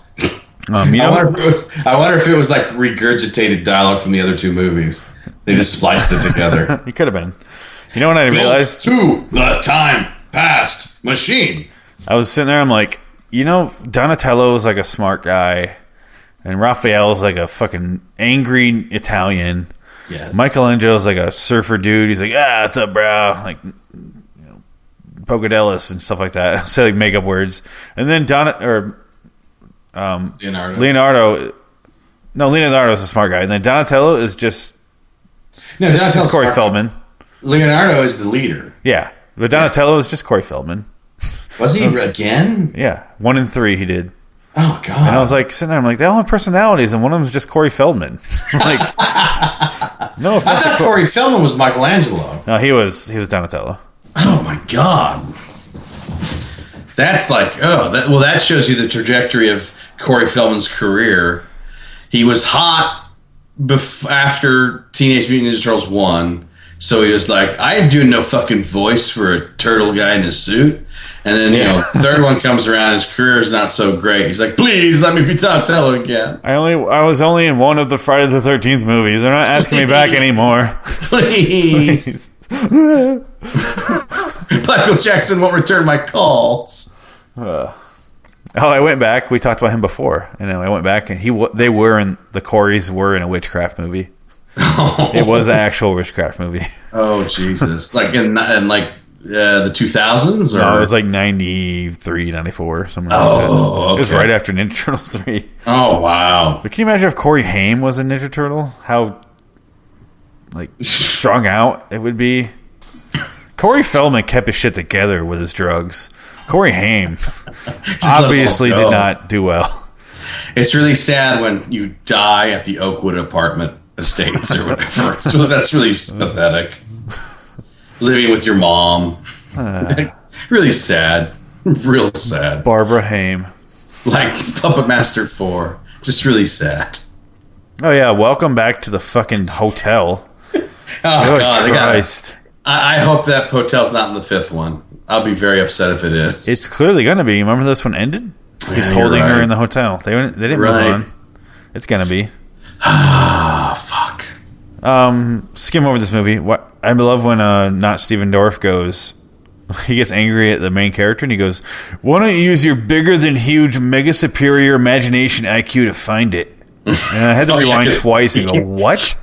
A: Um, you
B: I
A: know-
B: wonder, if it was, I wonder if it was like regurgitated dialogue from the other two movies. They just spliced it
A: *laughs*
B: together.
A: He could have been. You know what I realized?
B: to the time past machine.
A: I was sitting there. I'm like, you know, Donatello is like a smart guy, and Raphael is like a fucking angry Italian.
B: Yes.
A: Michelangelo is like a surfer dude. He's like, ah, what's up, bro? Like, you know, Pogodellus and stuff like that. *laughs* Say like makeup words, and then Don or
B: Leonardo.
A: Leonardo. No, Leonardo is a smart guy, and then Donatello is just
B: no,
A: just
B: Donatello's
A: Corey
B: smart.
A: Feldman.
B: Leonardo is the leader.
A: Yeah, but Donatello is just Corey Feldman.
B: Was he again?
A: Yeah, one in three he did.
B: Oh God.
A: And I was like sitting there, I'm like, they all have personalities, and one of them is just Corey Feldman. *laughs* like, *laughs* no
B: I
A: offense, to
B: thought
A: Cor-
B: Corey Feldman was Michelangelo.
A: no, he was he was Donatello.
B: Oh my God. That's like oh that, well that shows you the trajectory of Corey Feldman's career. He was hot bef- after Teenage Mutant Ninja Turtles one, so he was like, I am doing no fucking voice for a turtle guy in a suit. And then you know, third one comes around, his career is not so great. He's like, please let me be Donatello again.
A: I only I was only in one of the Friday the Thirteenth movies. They're not asking me back anymore.
B: *laughs* Please. Michael Jackson won't return my calls.
A: Oh, I went back. We talked about him before, and then I went back, and he wa- they were in the Coreys were in a witchcraft movie. It was an actual witchcraft movie. *laughs*
B: Oh Jesus! Like in, in like uh, the two thousands, or
A: No, it was Uh, like 93, 94, something like that.
B: oh,
A: It was
B: okay.
A: right after Ninja Turtles three.
B: Oh wow!
A: But can you imagine if Corey Haim was a Ninja Turtle? How like
B: *laughs*
A: strung out it would be. Corey Feldman kept his shit together with his drugs. Corey
B: *laughs*
A: Haim
B: let
A: obviously
B: it all
A: did
B: go.
A: not do well.
B: It's really sad when you die at the Oakwood apartment estates or whatever. *laughs* so that's really just pathetic. Living with your mom,
A: Ah.
B: *laughs* really sad, real sad.
A: Barbara Haim.
B: Like Puppet Master Four, just really sad.
A: Oh yeah, welcome back to the fucking hotel.
B: Oh
A: Oh,
B: god, they got it.
A: Christ.
B: I, I hope that hotel's not in the fifth one. I'll be very upset if it is.
A: It's clearly gonna be. Remember this one ended? He's
B: you're
A: holding her
B: right.
A: in the hotel. They didn't they didn't
B: Right.
A: move on. It's gonna be.
B: oh fuck.
A: Um, skim over this movie. What I love when uh, not Steven Dorff goes, *laughs* he gets angry at the main character and he goes, "Why don't you use your bigger than huge, mega superior imagination IQ to find
B: *laughs*
A: it?" And I had to
B: Oh, yeah,
A: rewind
B: 'cause-
A: twice
B: *laughs*
A: and go, "What?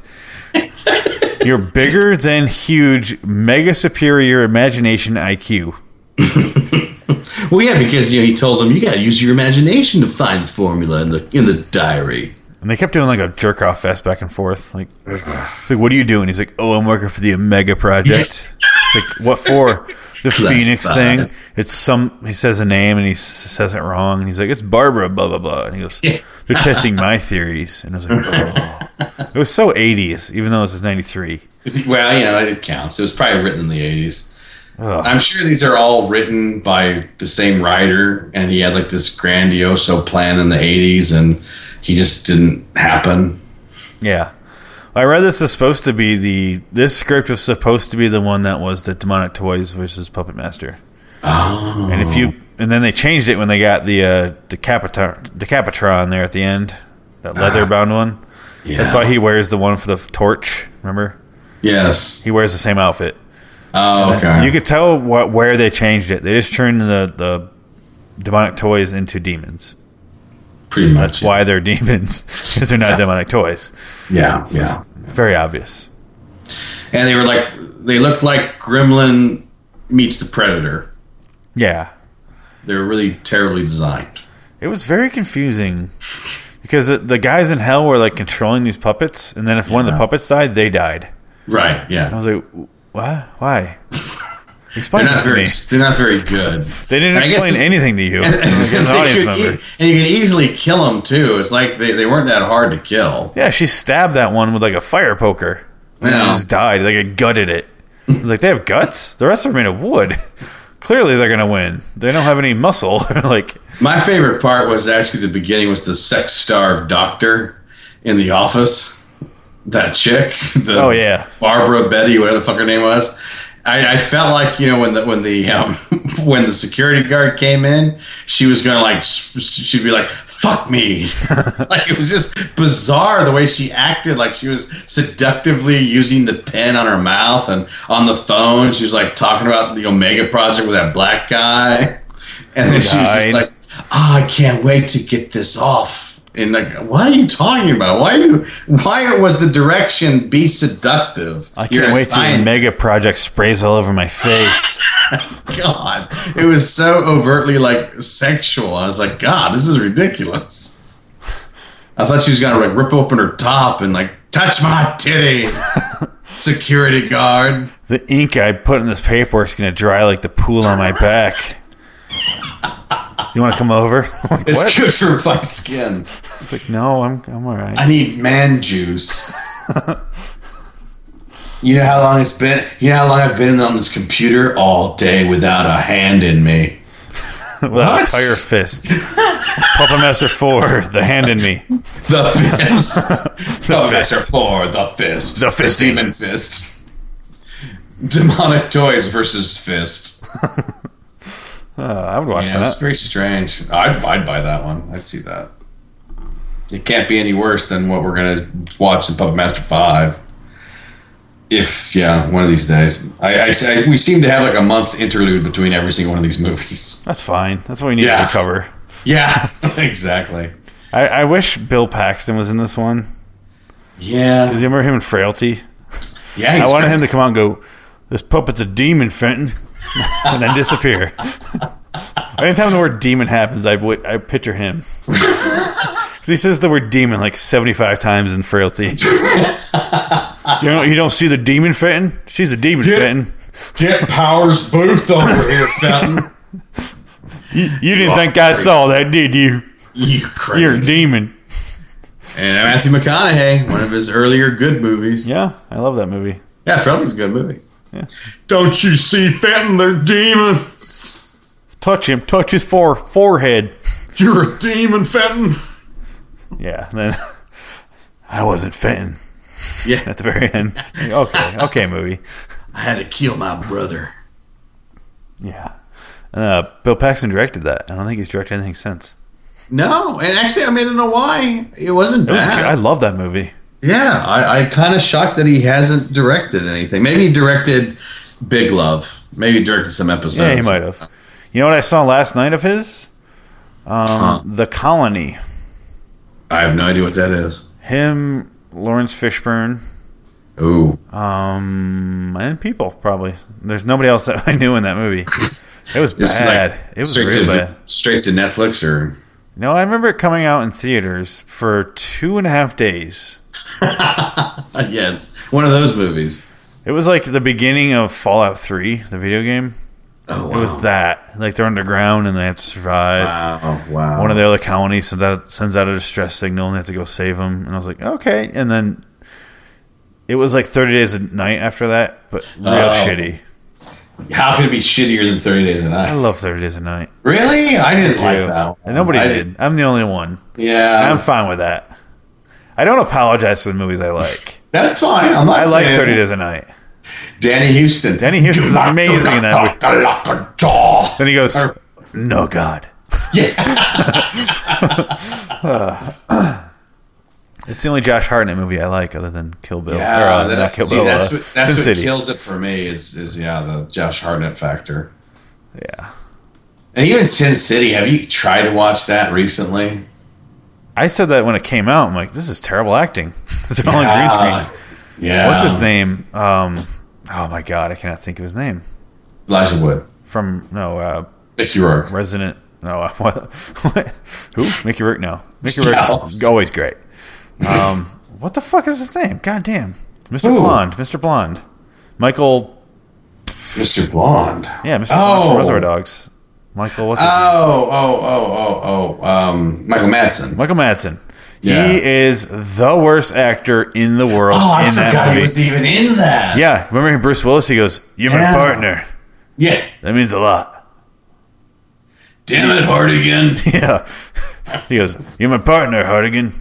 A: You're bigger than huge, mega superior imagination IQ."
B: Well, yeah, because you know, he told him you got to use your imagination to find the formula in the in the diary.
A: And they kept doing like a jerk off fest back and forth. Like, it's like, what are you doing? He's like, oh, I'm working for the Omega Project. it's like, what for? The Phoenix
B: Classified.
A: thing. It's some. He says a name and he s- says it wrong. And he's like, it's Barbara, blah blah blah. And he goes, they're testing my theories. And I was like, oh. it was so 80s, even though this is 93.
B: Is he- Well, you know, it counts. It was probably written in the eighties.
A: Ugh.
B: I'm sure these are all written by the same writer, and he had like this grandioso plan in the eighties, and he just didn't happen.
A: Yeah. I read this is supposed to be the this script was supposed to be the one that was the demonic toys versus puppet master. Oh. And if you and then they changed it when they got the uh Decapita- Decapitron there at the end, that leather bound one.
B: Yeah.
A: That's why he wears the one for the torch, remember?
B: Yes.
A: He wears the same outfit.
B: Oh, okay.
A: You could tell what, where they changed it. They just turned the the demonic toys into demons.
B: pretty much.
A: That's why they're *laughs* demons because they're not demonic toys.
B: Yeah. Yeah.
A: Very obvious.
B: And they were like, they looked like Gremlin meets the Predator.
A: Yeah.
B: They were really terribly designed.
A: It was very confusing because the, the guys in hell were like controlling these puppets, and then if one of the puppets died, they died.
B: Right. Yeah. *laughs*
A: I was like, "Wh- "What? Why?" Explain
B: they're
A: this
B: not
A: to
B: very,
A: me.
B: They're not very good.
A: They didn't
B: And I guess
A: explain
B: it's-
A: anything to you
B: *laughs* and,
A: as an audience
B: you could
A: member.
B: e- and you can easily kill them too. It's like they, they weren't that hard to kill.
A: Yeah, she stabbed that one with like a fire poker. And
B: Yeah.
A: it just died. Like it gutted it. I was like, they have guts? The rest are made of wood. *laughs* Clearly they're gonna win. They don't have any muscle. *laughs* like
B: My favorite part was actually the beginning was the sex starved doctor in the office. That chick, *laughs* the
A: Oh, yeah.
B: Barbara Betty, whatever the fuck her name was. I, I felt like you know when the when the um, *laughs* when the security guard came in, she was gonna like s- she'd be like
A: *laughs*
B: "fuck me," like it was just bizarre the way she acted. Like she was seductively using the pen on her mouth and on the phone. She was like talking about the Omega Project with that black guy, and then she was just
A: Died.
B: like, "Ah, I can't wait to get this off. And like, what are you talking about? Why you? Why was the direction be seductive?
A: I
B: You're
A: can't
B: a
A: wait till
B: scientist.
A: Mega Project sprays all over my face.
B: *laughs* God, it was so overtly like sexual. I was like, God, this is ridiculous. I thought she was gonna like rip open her top and like touch my
A: *laughs*
B: titty. Security guard.
A: the ink I put in this paper is gonna dry like the pool on my back. you wanna come over? *laughs* like,
B: It's
A: what?
B: good for my skin.
A: It's like, no, I'm I'm alright.
B: I need man *laughs* juice. you know how long it's been? You know how long I've been on this computer all day without a hand in me?
A: Without a
B: What?
A: tire
B: *laughs*
A: fist. Puppet Master Four, the hand in me.
B: The fist. *laughs* the
A: fist.
B: Master Four, the fist.
A: The fisting.
B: demon fist. Demonic toys versus fist.
A: Uh, I would watch
B: Yeah, it's
A: that.
B: very strange. I'd, I'd buy that one. I'd see that. It can't be any worse than what we're gonna watch in Puppet Master Five. If yeah, one of these days, I, I, say- we seem to have like a month interlude between every single one of
A: *laughs*
B: these movies.
A: That's fine. That's what we need
B: Yeah.
A: to cover.
B: Yeah, *laughs* exactly.
A: I, I wish Bill Paxton was in this one. Do
B: Yeah,
A: you remember him in Frailty?
B: yeah.
A: I
B: he's
A: wanted
B: great.
A: him to come out and go, This puppet's a demon, Fenton, *laughs* and then disappear. Anytime the word demon happens, I, w- I picture him. *laughs* 'Cause he says the word demon like 75 times in Frailty. you, know, you don't see the demon, Fenton? She's a demon,
B: Yeah.
A: Fenton.
B: Get Powers Booth over here, Fountain.
A: You, you didn't
B: are
A: think I
B: crazy.
A: saw that, did you?
B: *laughs* You
A: You're a
B: crazy.
A: demon.
B: And Matthew McConaughey, one of his earlier good movies.
A: Yeah, I love that movie.
B: Yeah, Frailty's a good movie.
A: Yeah.
B: Don't you see Fenton? They're demons.
A: Touch him. Touch his fore- forehead.
B: You're a demon, Fenton.
A: Yeah, then *laughs* I wasn't fitting
B: Yeah,
A: at the very end. Okay, okay, movie.
B: I had to kill my brother.
A: Yeah. Uh, Bill Paxton directed that. I don't think he's directed anything since.
B: No, and actually, I mean, I don't know why it wasn't
A: It was,
B: bad.
A: I love that movie.
B: yeah, I, I kind of shocked that he hasn't directed anything. Maybe he directed Big Love. Maybe he directed some episodes.
A: Yeah, he might have. You know what I saw last night of his? Um, The Colony.
B: I have no idea what that is.
A: Him, Lawrence Fishburne,
B: Ooh,
A: um, and people probably. There's nobody else that *laughs* I knew in that
B: *laughs*
A: movie. It was
B: This is
A: bad. it was
B: straight
A: really
B: to
A: bad.
B: straight to Netflix or *laughs*
A: No, I remember it coming out in theaters for two and a half days.
B: yes, one of those movies.
A: It was like the beginning of Fallout 3, the video game.
B: Oh,
A: It was that. Like they're underground and they have to survive.
B: Wow, Oh, wow.
A: One of the other colonies sends out, sends out a distress signal and they have to go save them. And I was like, okay. And then it was like 30 days a night after that, but real
B: Oh.
A: shitty.
B: How could it be shittier than Thirty Days a
A: I
B: Night?
A: love 30 days a night.
B: Really? I didn't like that. One.
A: And nobody
B: I-
A: did. I'm the only one.
B: Yeah,
A: I'm fine with that. I don't apologize for the movies I
B: *laughs*
A: like.
B: that's fine. I'm not.
A: I like
B: saying-
A: 30 days a night.
B: Danny Houston.
A: Danny Houston's amazing in that movie.
B: that.
A: Then he goes,
B: Or-
A: no, God.
B: *laughs* yeah.
A: *laughs* It's the only Josh Hartnett movie I like, other than Kill Bill. or,
B: Yeah,
A: uh,
B: that-
A: not Kill
B: see,
A: Bill.
B: that's
A: uh,
B: what, that's
A: Sin
B: what
A: City.
B: kills it for me is is yeah the Josh Hartnett factor.
A: yeah,
B: And even Sin City. Have you tried to watch that recently?
A: I said that when it came out. I'm like, this is terrible acting. *laughs* It's all on green
B: Yeah.
A: screen.
B: Uh, Yeah.
A: What's his name? Um, oh my god, I cannot think of his name.
B: Elijah Wood.
A: From no uh,
B: Mickey Rourke.
A: Resident. No, *laughs* uh, what? what? Who? Mickey Rourke? No, Mickey Rourke's
B: No.
A: always great. Um, what the fuck is his name? God damn, Mr.
B: Who?
A: Blonde. Mr. Blonde. Michael.
B: Mr. Blonde.
A: Yeah, Mr.
B: Oh.
A: Blonde from Reservoir Dogs. Michael, what's his name?
B: Oh, oh, oh, oh, oh. Um, Michael Madsen.
A: Michael Madsen.
B: Yeah.
A: He is the worst actor in the world
B: Oh, I
A: in that
B: forgot
A: movie.
B: he was even in that.
A: yeah, remember Bruce Willis? He goes, "You're my
B: Yeah.
A: partner.
B: Yeah.
A: That means a lot." *laughs*
B: Damn it, Hardigan.
A: Yeah. He goes, "You're my partner, Hardigan."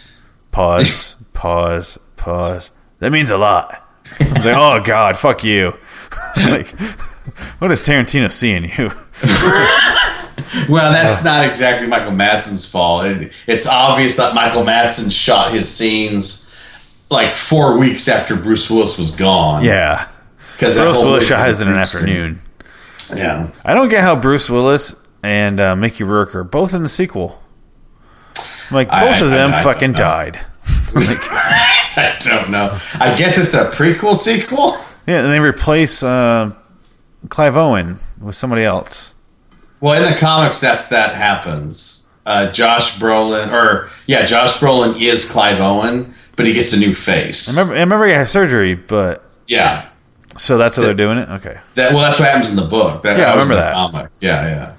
B: *laughs*
A: Pause. pause. Pause. That means a lot. I was like, "Oh God, fuck you!" *laughs* like, what is Tarantino seeing you?
B: Well, that's not exactly Michael Madsen's fault. It, it's obvious that Michael Madsen shot his scenes like four weeks after Bruce Willis was gone.
A: yeah.
B: because
A: Bruce Willis shot his in an afternoon.
B: Yeah,
A: I don't get how Bruce Willis and uh, Mickey Rourke are both in the sequel. I'm like both
B: I-
A: of
B: I-
A: them
B: I- I
A: fucking
B: don't know.
A: died.
B: *laughs* I don't know. I guess it's a prequel sequel.
A: Yeah, and they replace uh, Clive Owen with somebody else.
B: Well, in the comics, that's that happens. Uh, Josh Brolin, or yeah, Josh Brolin is Clive Owen, but he gets a new face.
A: Remember, I remember he had surgery, but
B: Yeah,
A: so that's how they're doing it. Okay,
B: that well, that's what happens in the book. That,
A: Yeah, I
B: that was in
A: remember
B: the
A: that.
B: comic. Yeah,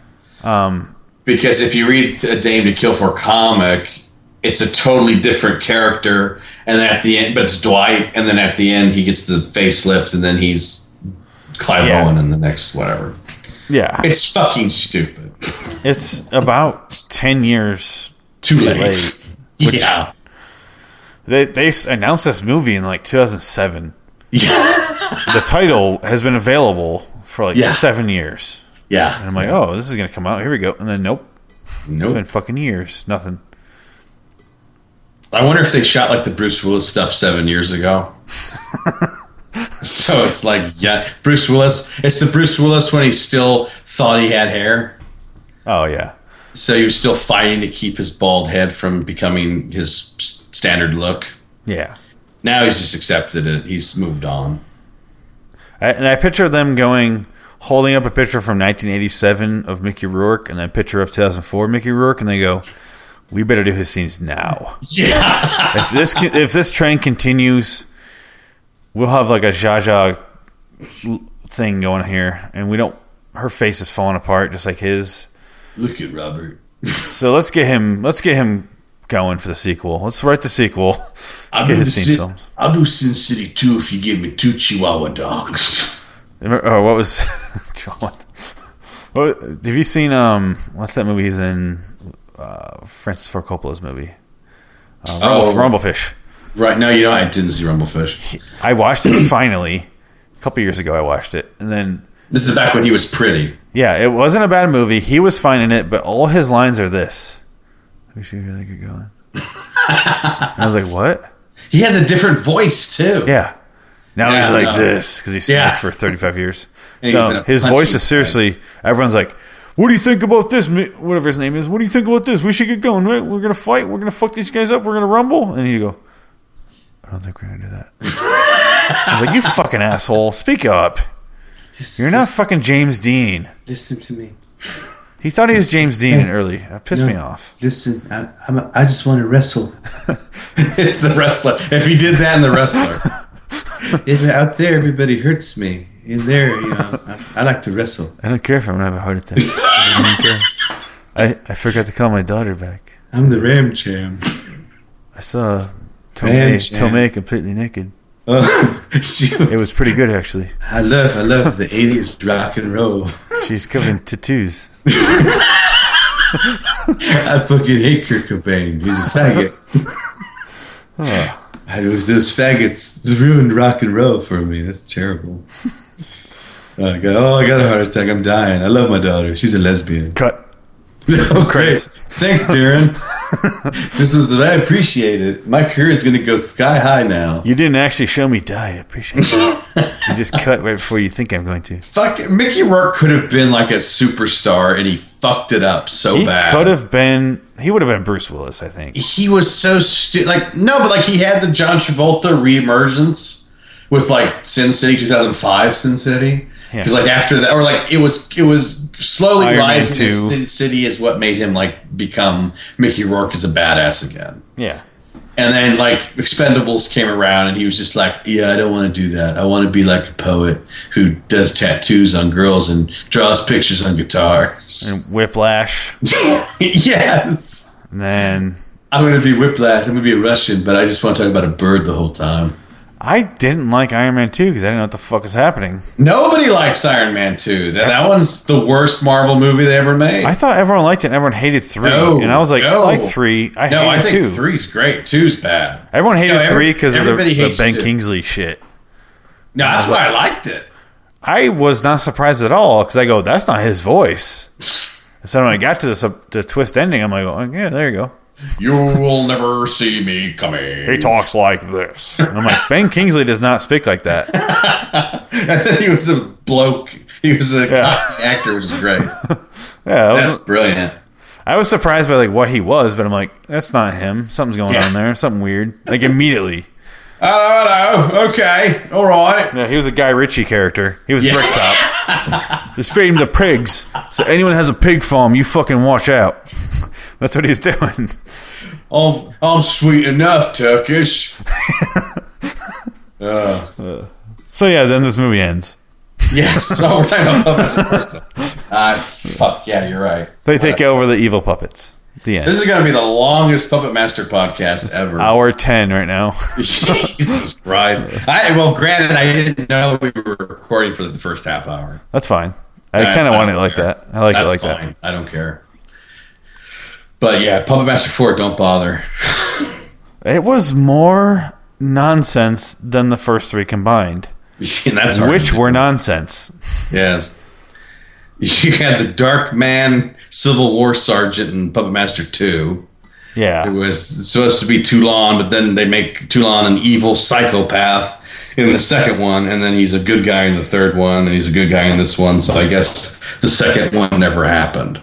B: yeah.
A: um,
B: because if you read a Dame to Kill for comic, it's a totally different character, and then at the end, but it's Dwight, and then at the end he gets the facelift, and then he's Clive
A: Yeah.
B: Owen in the next whatever.
A: yeah,
B: It's fucking stupid.
A: it's about ten years
B: Too
A: too
B: late.
A: late.
B: *laughs* yeah,
A: They they s- announced this movie in like 2007.
B: yeah,
A: The title has been available for like
B: Yeah.
A: seven years,
B: yeah.
A: and I'm like, oh, this is gonna come out. Here we go, and then nope, it's been
B: Nope.
A: fucking years, nothing.
B: I wonder if they shot like the Bruce Willis stuff seven years ago. *laughs* so it's like yeah, Bruce Willis. It's the Bruce Willis when he still thought he had hair.
A: Oh yeah,
B: So he was still fighting to keep his bald head from becoming his s- standard look.
A: yeah.
B: Now he's just accepted it. He's moved on.
A: I, and I picture them going, holding up a picture from 1987 of Mickey Rourke and a picture of 2004 Mickey Rourke, and they go, "We better do his scenes now.
B: Yeah.
A: if this con- if this trend continues, we'll have like a Zsa Zsa l- thing going here, and we don't. Her face is falling apart just like his.
B: Look at Robert.
A: So let's get him. Let's get him going for the sequel. Let's write the sequel. *laughs*
B: I'll
A: Get
B: do,
A: his scene
B: Sin,
A: films.
B: I'll do Sin City 2 if you give me two Chihuahua dogs. *laughs*
A: Remember- Oh, what was *laughs* John? What, have you seen um? What's that movie he's in? Uh, Francis Ford Coppola's movie. Uh, Rumble,
B: Oh.
A: Rumblefish.
B: Right. No, you know, I didn't see Rumblefish.
A: I watched it finally a couple years ago. I watched it, and then
B: This is back when he was pretty.
A: yeah, it wasn't a bad movie. He was fine in it, but all his lines are this. We should really get going. And I was like, what?
B: He has a different voice, too.
A: Yeah. Now
B: Yeah,
A: he's like
B: no.
A: this because he's
B: Yeah.
A: smoked for 35 years.
B: And *laughs* he's been
A: No,
B: a
A: his
B: punching
A: voice is
B: bag.
A: seriously. Everyone's like, "What do you think about this?" mi- Whatever his name is. What do you think about this? We should get going. Right? We're gonna fight. We're gonna fuck these guys up. We're gonna rumble. And you go, "I don't think we're gonna do that." *laughs* I was like, "You fucking asshole! Speak up! You're not fucking James Dean."
B: Listen to me.
A: He thought he was James Dean early. That pissed me off.
C: Listen, I'm, I'm, I just want to *laughs* wrestle.
B: It's the wrestler. If he did that in the wrestler.
C: If out there, everybody hurts me. In there, you know, I, I like to wrestle.
A: I don't care if I'm gonna have a heart attack. I don't care. I, I forgot to call my daughter back.
C: I'm the Ram Jam.
A: I saw
C: Man,
A: Tomei, Tomei completely naked.
C: Oh, *laughs* she was,
A: It was pretty good, actually.
C: I love, I love the '80s rock and roll. *laughs*
A: She's covered in tattoos.
C: I fucking hate Kurt Cobain. He's a faggot. It was those faggots ruined rock and roll for me. That's terrible. Oh, I got, oh, I got a heart attack. I'm dying. I love my daughter. She's a lesbian.
A: Cut.
C: oh, great.
A: Credits.
C: Thanks, Darren. this was, I appreciate it. My career is going to go sky high now.
A: You didn't actually show me die. I appreciate it.
B: *laughs*
A: you just cut right before you think I'm going to.
B: Fuck, Mickey Rourke could have been like a superstar and he fucked it up so
A: He
B: bad.
A: could have been. He would have been Bruce Willis, I
B: *laughs*
A: think.
B: he was so stupid. Like no, but like he had the John Travolta reemergence with like Sin City 2005, Sin City. Because
A: Yeah.
B: like after that, or like it was it was slowly
A: Iron Man
B: rising.
A: 2.
B: and Sin City is what made him like become Mickey Rourke is a badass again.
A: Yeah.
C: And then like Expendables came around, and he was just like, "Yeah, I don't want to do that. I want to be like a poet who does tattoos on girls and draws pictures on guitars."
A: And Whiplash. Mm.
C: *laughs* yes,
A: And then
C: I'm gonna be Whiplash. I'm gonna be a Russian, but I just want to talk about a bird the whole time.
A: I didn't like Iron Man 2 because I didn't know what the fuck was happening.
B: Nobody likes Iron Man 2. That, that one's the worst Marvel movie they ever made.
A: I thought everyone liked it and everyone hated 3.
B: No,
A: and I was like, I
B: no.
A: like 3. I
B: no, I
A: hated
B: think
A: 2.
B: three's great. Two's bad.
A: Everyone hated
B: No, every-
A: 3 because of the,
B: everybody
A: the
B: hates
A: Ben
B: two.
A: Kingsley shit.
B: No, that's why I
C: *laughs*
B: liked it.
A: I was not surprised at all because I go, that's not his voice. And so when I got to the, sub- the twist ending, I'm like, oh, yeah, there you go.
B: You will never see me coming.
A: He talks like this. And I'm like, Ben Kingsley does not speak like that.
B: I thought he was a bloke. He was a
A: Yeah.
B: cockney actor, which is great.
A: Yeah, I
B: That's
A: was,
B: brilliant.
A: I was surprised by like what he was, but I'm like, that's not him. Something's going
B: Yeah.
A: on there. Something weird. Like immediately.
B: Hello, hello. Okay, all right.
A: Yeah, he was a Guy Ritchie character. He was
B: Yeah.
A: Bricktop. Just feed him to pigs. So anyone that has a pig farm, you fucking watch out. *laughs* That's what he was doing. *laughs*
B: I'm, I'm sweet enough, Turkish.
A: So yeah, then this movie ends.
B: *laughs* Yes. so we're talking about puppets first. though.
A: *laughs*
B: Uh, fuck yeah, you're right.
A: They take over the evil puppets. The end.
B: This is gonna be the longest Puppet Master podcast
A: *laughs*
B: ever.
A: hour 10 right now.
B: *laughs*
A: *laughs*
B: Jesus Christ! I, well, granted, I didn't know we were recording for the first half hour.
A: That's fine. I
B: Yeah,
A: kind of
B: I
A: want it
B: don't
A: like
B: care.
A: that. I like
B: That's
A: it like
B: fine. I don't care. But yeah, Puppet Master Four, don't bother. *laughs*
A: that. It was more nonsense than the first three combined,
B: And that's hard
A: which
B: to do.
A: were nonsense.
B: yes. You had the Dark Man, Civil War Sergeant, and Puppet Master Two. It
A: Yeah.
B: was supposed to be Toulon, but then they make Toulon an evil psychopath in the second one, and then he's a good guy in the third one, and he's a good guy in this one. So I guess the second one never happened.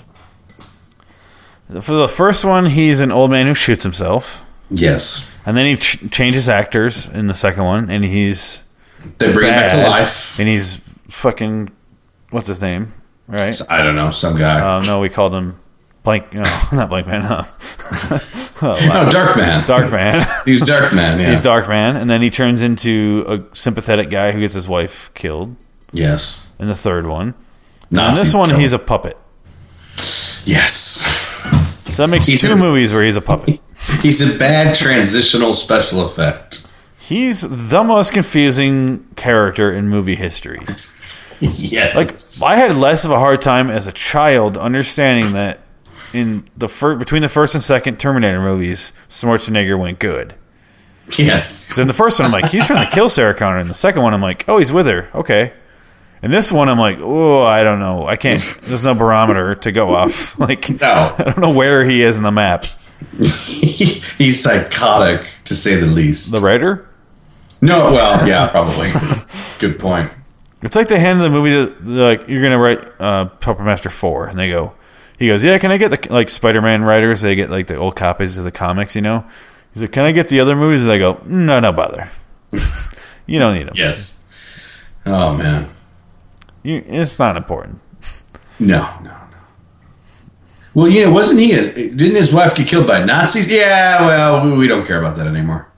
A: For the first one, he's an old man who shoots himself.
B: Yes,
A: And then he ch- changes actors in the second one, and he's
B: they bring him back
A: bad,
B: to life.
A: And he's fucking, what's his name? Right?
B: I don't know, some guy.
A: Um, no, we called him Blank. No, *laughs* not Blank Man. Huh?
B: no, Dark Man.
A: Dark
B: *laughs*
A: Man.
B: Oh, He's Dark Man. Yeah.
A: he's Dark Man, and then he turns into a sympathetic guy who gets his wife killed.
B: yes.
A: In the third one, and
B: Nazis
A: this one,
B: kill him.
A: he's a puppet.
B: yes. *laughs*
A: So that makes
B: He's
A: two
B: in-
A: movies where he's a
B: *laughs*
A: puppet.
B: He's a bad transitional special effect. *laughs*
A: He's the most confusing character in movie history.
B: Yes.
A: Like I had less of a hard time as a child understanding that in the fir- between the first and second Terminator movies, Schwarzenegger went good.
B: yes.
A: So in the first one, I'm like, he's trying to kill Sarah Connor. In the second one, I'm like, oh, he's with her. Okay. And this one, I'm like, oh, I don't know. I can't. There's no barometer to go off. *laughs* Like,
B: No.
A: I don't know where he is in the map.
B: he's psychotic to say the least.
A: The writer?
B: No, well, yeah, probably. Good point.
A: It's like they handed the movie that they're like you're gonna write uh, Puppet Master four, and they go, he goes, yeah, can I get the like Spider Man writers? They get like the old copies of the comics, you know. He's like, can I get the other movies? And they go, "Mm, no, no bother. *laughs* you don't need them.
B: Yes. Oh man.
A: You, it's not important.
B: No, no, no. Well, yeah, wasn't he? A, didn't his wife get killed by Nazis? Yeah. Well, we, we don't care about that anymore.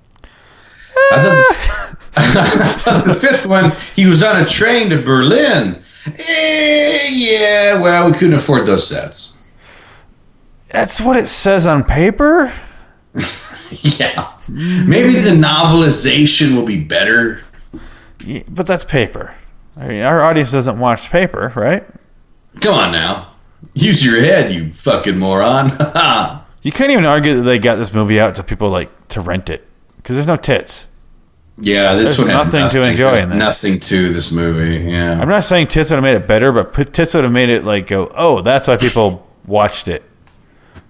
B: I thought
A: *laughs*
B: the, *laughs* I thought the fifth one, he was on a train to Berlin. Eh, yeah. Well, we couldn't afford those sets. *laughs*
A: That's what it says on paper.
B: Yeah. Maybe the novelization will be better.
A: Yeah, but that's paper. I mean, our audience doesn't watch paper, right?
B: Come on now. Use your head, you fucking moron. *laughs*
A: You can't even argue that they got this movie out to people like to rent it because there's no tits.
B: Yeah, this
A: There's
B: one had
A: nothing to enjoy
B: there's
A: in this.
B: Nothing to this movie. Yeah,
A: I'm not saying tits would have made it better, but put, tits would have made it like go, oh, that's why people watched it.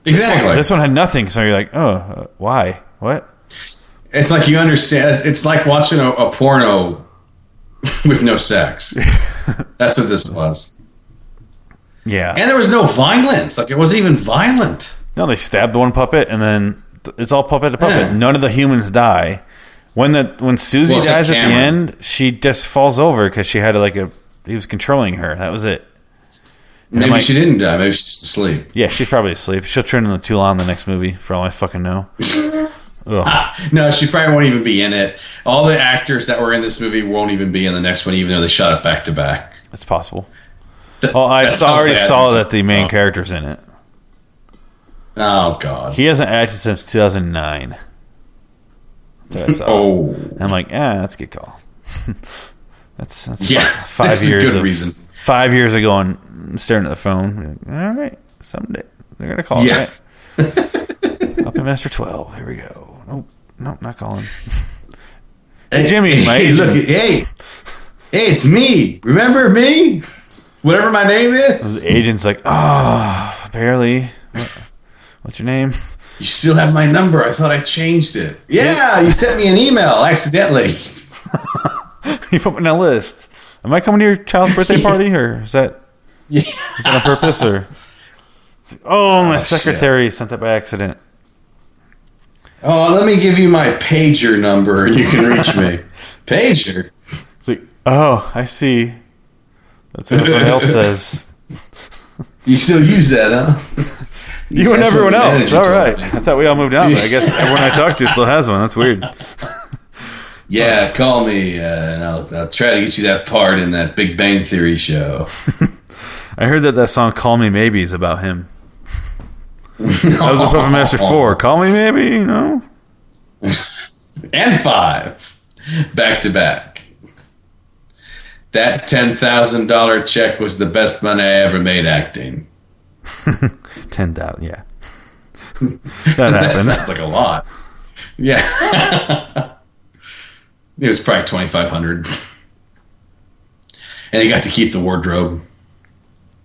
B: exactly.
A: This one had nothing, so you're like, oh, uh, why? What?
B: it's like you understand. It's like watching a, a porno *laughs* with
A: *laughs*
B: no sex. That's what this was.
A: Yeah.
B: And there was no violence. Like it wasn't even violent.
A: no, they stabbed one puppet, and then th- it's all puppet to puppet.
B: Yeah.
A: None of the humans die. When the when Susie
B: Well, except
A: dies at the
B: Cameron.
A: end, she just falls over because she had like a he was controlling her. That was it. And I'm
B: Maybe
A: like,
B: she didn't die. Maybe she's just asleep.
A: Yeah, she's probably asleep. She'll turn into Toulon in the next movie, for all I fucking know. Ugh.
B: No, she probably won't even be in it. All the actors that were in this movie won't even be in the next one, even though they shot it back to back.
A: It's possible. Well, Oh, I
B: That's
A: saw,
B: how
A: already
B: bad
A: saw
B: this
A: that the
B: is.
A: main
B: So-
A: character's in it.
B: Oh God.
A: He hasn't acted since 2009. That's what I saw.
B: Oh.
A: I'm like, ah, that's a good call. *laughs* that's that's
B: Yeah,
A: fi- *laughs*
B: *laughs*
A: five
B: that's a
A: years
B: good
A: of
B: reason.
A: five years of going staring at the phone. Like, All right, someday they're gonna call.
B: Yeah.
A: Yeah.
B: *laughs*
A: Up in Master Twelve. Here we go. Nope, nope, not calling.
B: Hey,
A: Jimmy,
B: hey,
A: mate.
B: look, hey, hey, it's me. Remember me? Whatever my name
A: His
B: is.
A: agent's like, oh, barely. What, what's your name?
B: You still have my number. I thought I changed it. Yeah, you sent me an email accidentally.
A: *laughs* you put me in a list. Am I coming to your child's birthday *laughs* party, or is that
B: Yeah.
A: is that on purpose? Or *laughs* oh, my secretary sent that by accident.
B: Oh, let me give you my pager number, and you can
A: *laughs*
B: reach me. pager.
A: It's like, oh, I see. That's what everyone else *laughs* says.
B: You still use that, huh?
A: You and
B: That's
A: everyone
B: what the
A: else.
B: manager
A: All right.
B: told
A: I
B: me.
A: thought we all moved on, but I guess everyone I talked to still has one. That's weird.
B: Yeah, call me, uh, and I'll, I'll try to get you that part in that Big Bang Theory show.
A: I heard that that song "Call Me Maybe" is about him. That was in Puppet
B: *laughs*
A: Master Four. Call me maybe, you know.
B: and five back to back. That $10,000 check was the best money I ever made acting.
A: Ten thousand. Yeah. *laughs* That
B: That
A: happened.
B: sounds like a lot. Yeah. *laughs* it was probably 2500 And he got to keep the wardrobe.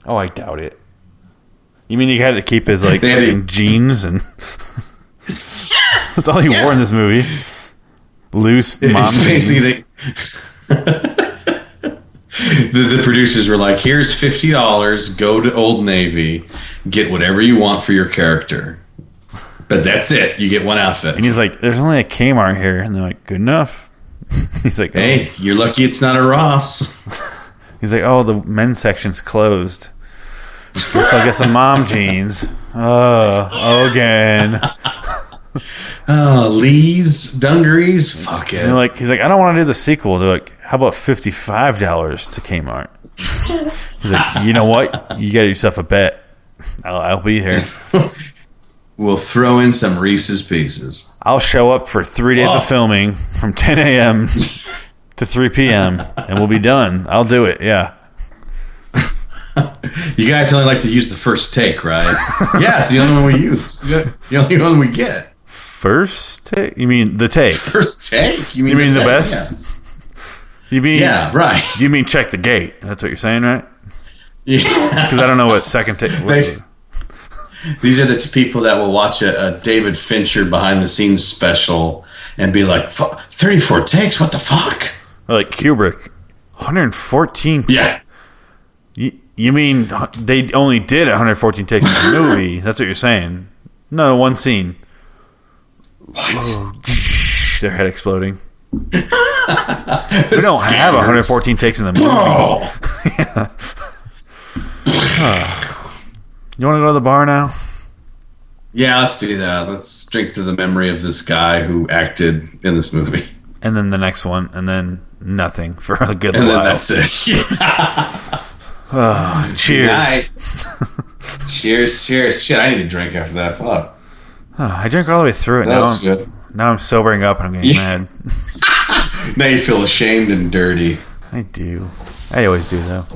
A: Oh, I doubt it. You mean he had to keep his
B: *laughs*
A: like
B: They had to-
A: fucking jeans and *laughs* that's all he wore in this movie. Loose mom
B: It's *laughs* basically
A: jeans.
B: the, *laughs* the, the producers were like, here's $50, go to Old Navy, get whatever you want for your character. But that's it. You get one outfit.
A: And he's like, "There's only a Kmart here," and they're like, "Good enough." *laughs* he's like, oh.
B: Hey, you're lucky it's not a Ross.
A: He's like, "Oh, the men's section's closed." Guess I'll get some mom
B: *laughs*
A: jeans. Oh, again.
B: Oh, Lee's, dungarees, fuck it.
A: And they're like, he's like, I don't want to do the sequel. They're like, how about fifty-five dollars to Kmart? He's like, you know what? You got yourself a bet. I'll, I'll be here.
B: we'll throw in some Reese's Pieces.
A: I'll show up for three days
B: Oh.
A: of filming from ten a.m. to three p.m. and we'll be done. I'll do it. Yeah.
B: You guys only like to use the first take, right?
A: *laughs*
B: yeah, it's the only one we use. The only one we get.
A: First take? You mean the take?
B: First take?
A: You mean the
B: take?
A: best? You mean?
B: Yeah, yeah
A: *laughs*
B: right.
A: Do you mean check the gate? That's what you're saying, right?
B: Yeah.
A: Because I don't know what second take.
B: They- These are the t- people that will watch a, a David Fincher behind the scenes special and be like, "Fu- 34 takes? What the fuck?
A: like Kubrick, 114.
B: Yeah.
A: You, you mean they only did 114 takes in
B: *laughs*
A: the movie? That's what you're saying? No, one scene. Oh,
B: What?
A: Their head
B: *laughs*
A: exploding. We don't have 114 takes in the movie.
B: Oh.
A: You want to go to the bar now?
B: Yeah, let's do that. Let's drink to the memory of this guy who acted in this movie. *laughs*
A: And then the next one, and then nothing for a good
B: And then
A: while.
B: that's it.
A: *laughs* Cheers.
D: Night. cheers, cheers. Shit, I need a drink after that. Fuck.
A: Oh, I drank all the way through it.
D: That
A: Now
D: was
A: I'm,
D: good.
A: now I'm sobering up and I'm
B: *laughs*
A: getting mad.
B: now you feel ashamed and dirty.
A: I do. I always do, though.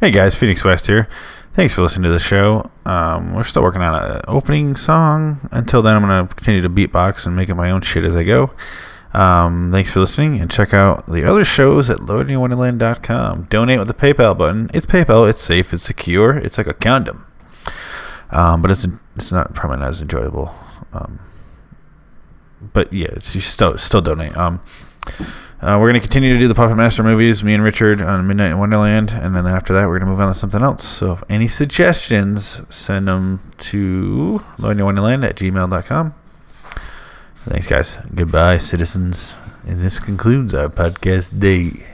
A: Hey guys, Phoenix West here. Thanks for listening to the show. Um, we're still working on an opening song. Until then, I'm going to continue to beatbox and make up my own shit as I go. Um, thanks for listening, and check out the other shows at loadingwonderland.com. Donate with the PayPal button. It's PayPal. It's safe. It's secure. It's like a condom. Um, but it's it's not probably not as enjoyable. Um, but yeah, it's, you still still donate. Um, uh, we're going to continue to do the Puppet Master movies, me and Richard on Midnight in Wonderland, and then after that, we're going to move on to something else. So, if any suggestions, send them to Wonderland at gmail.com. Thanks, guys. Goodbye, citizens. And this concludes our podcast day.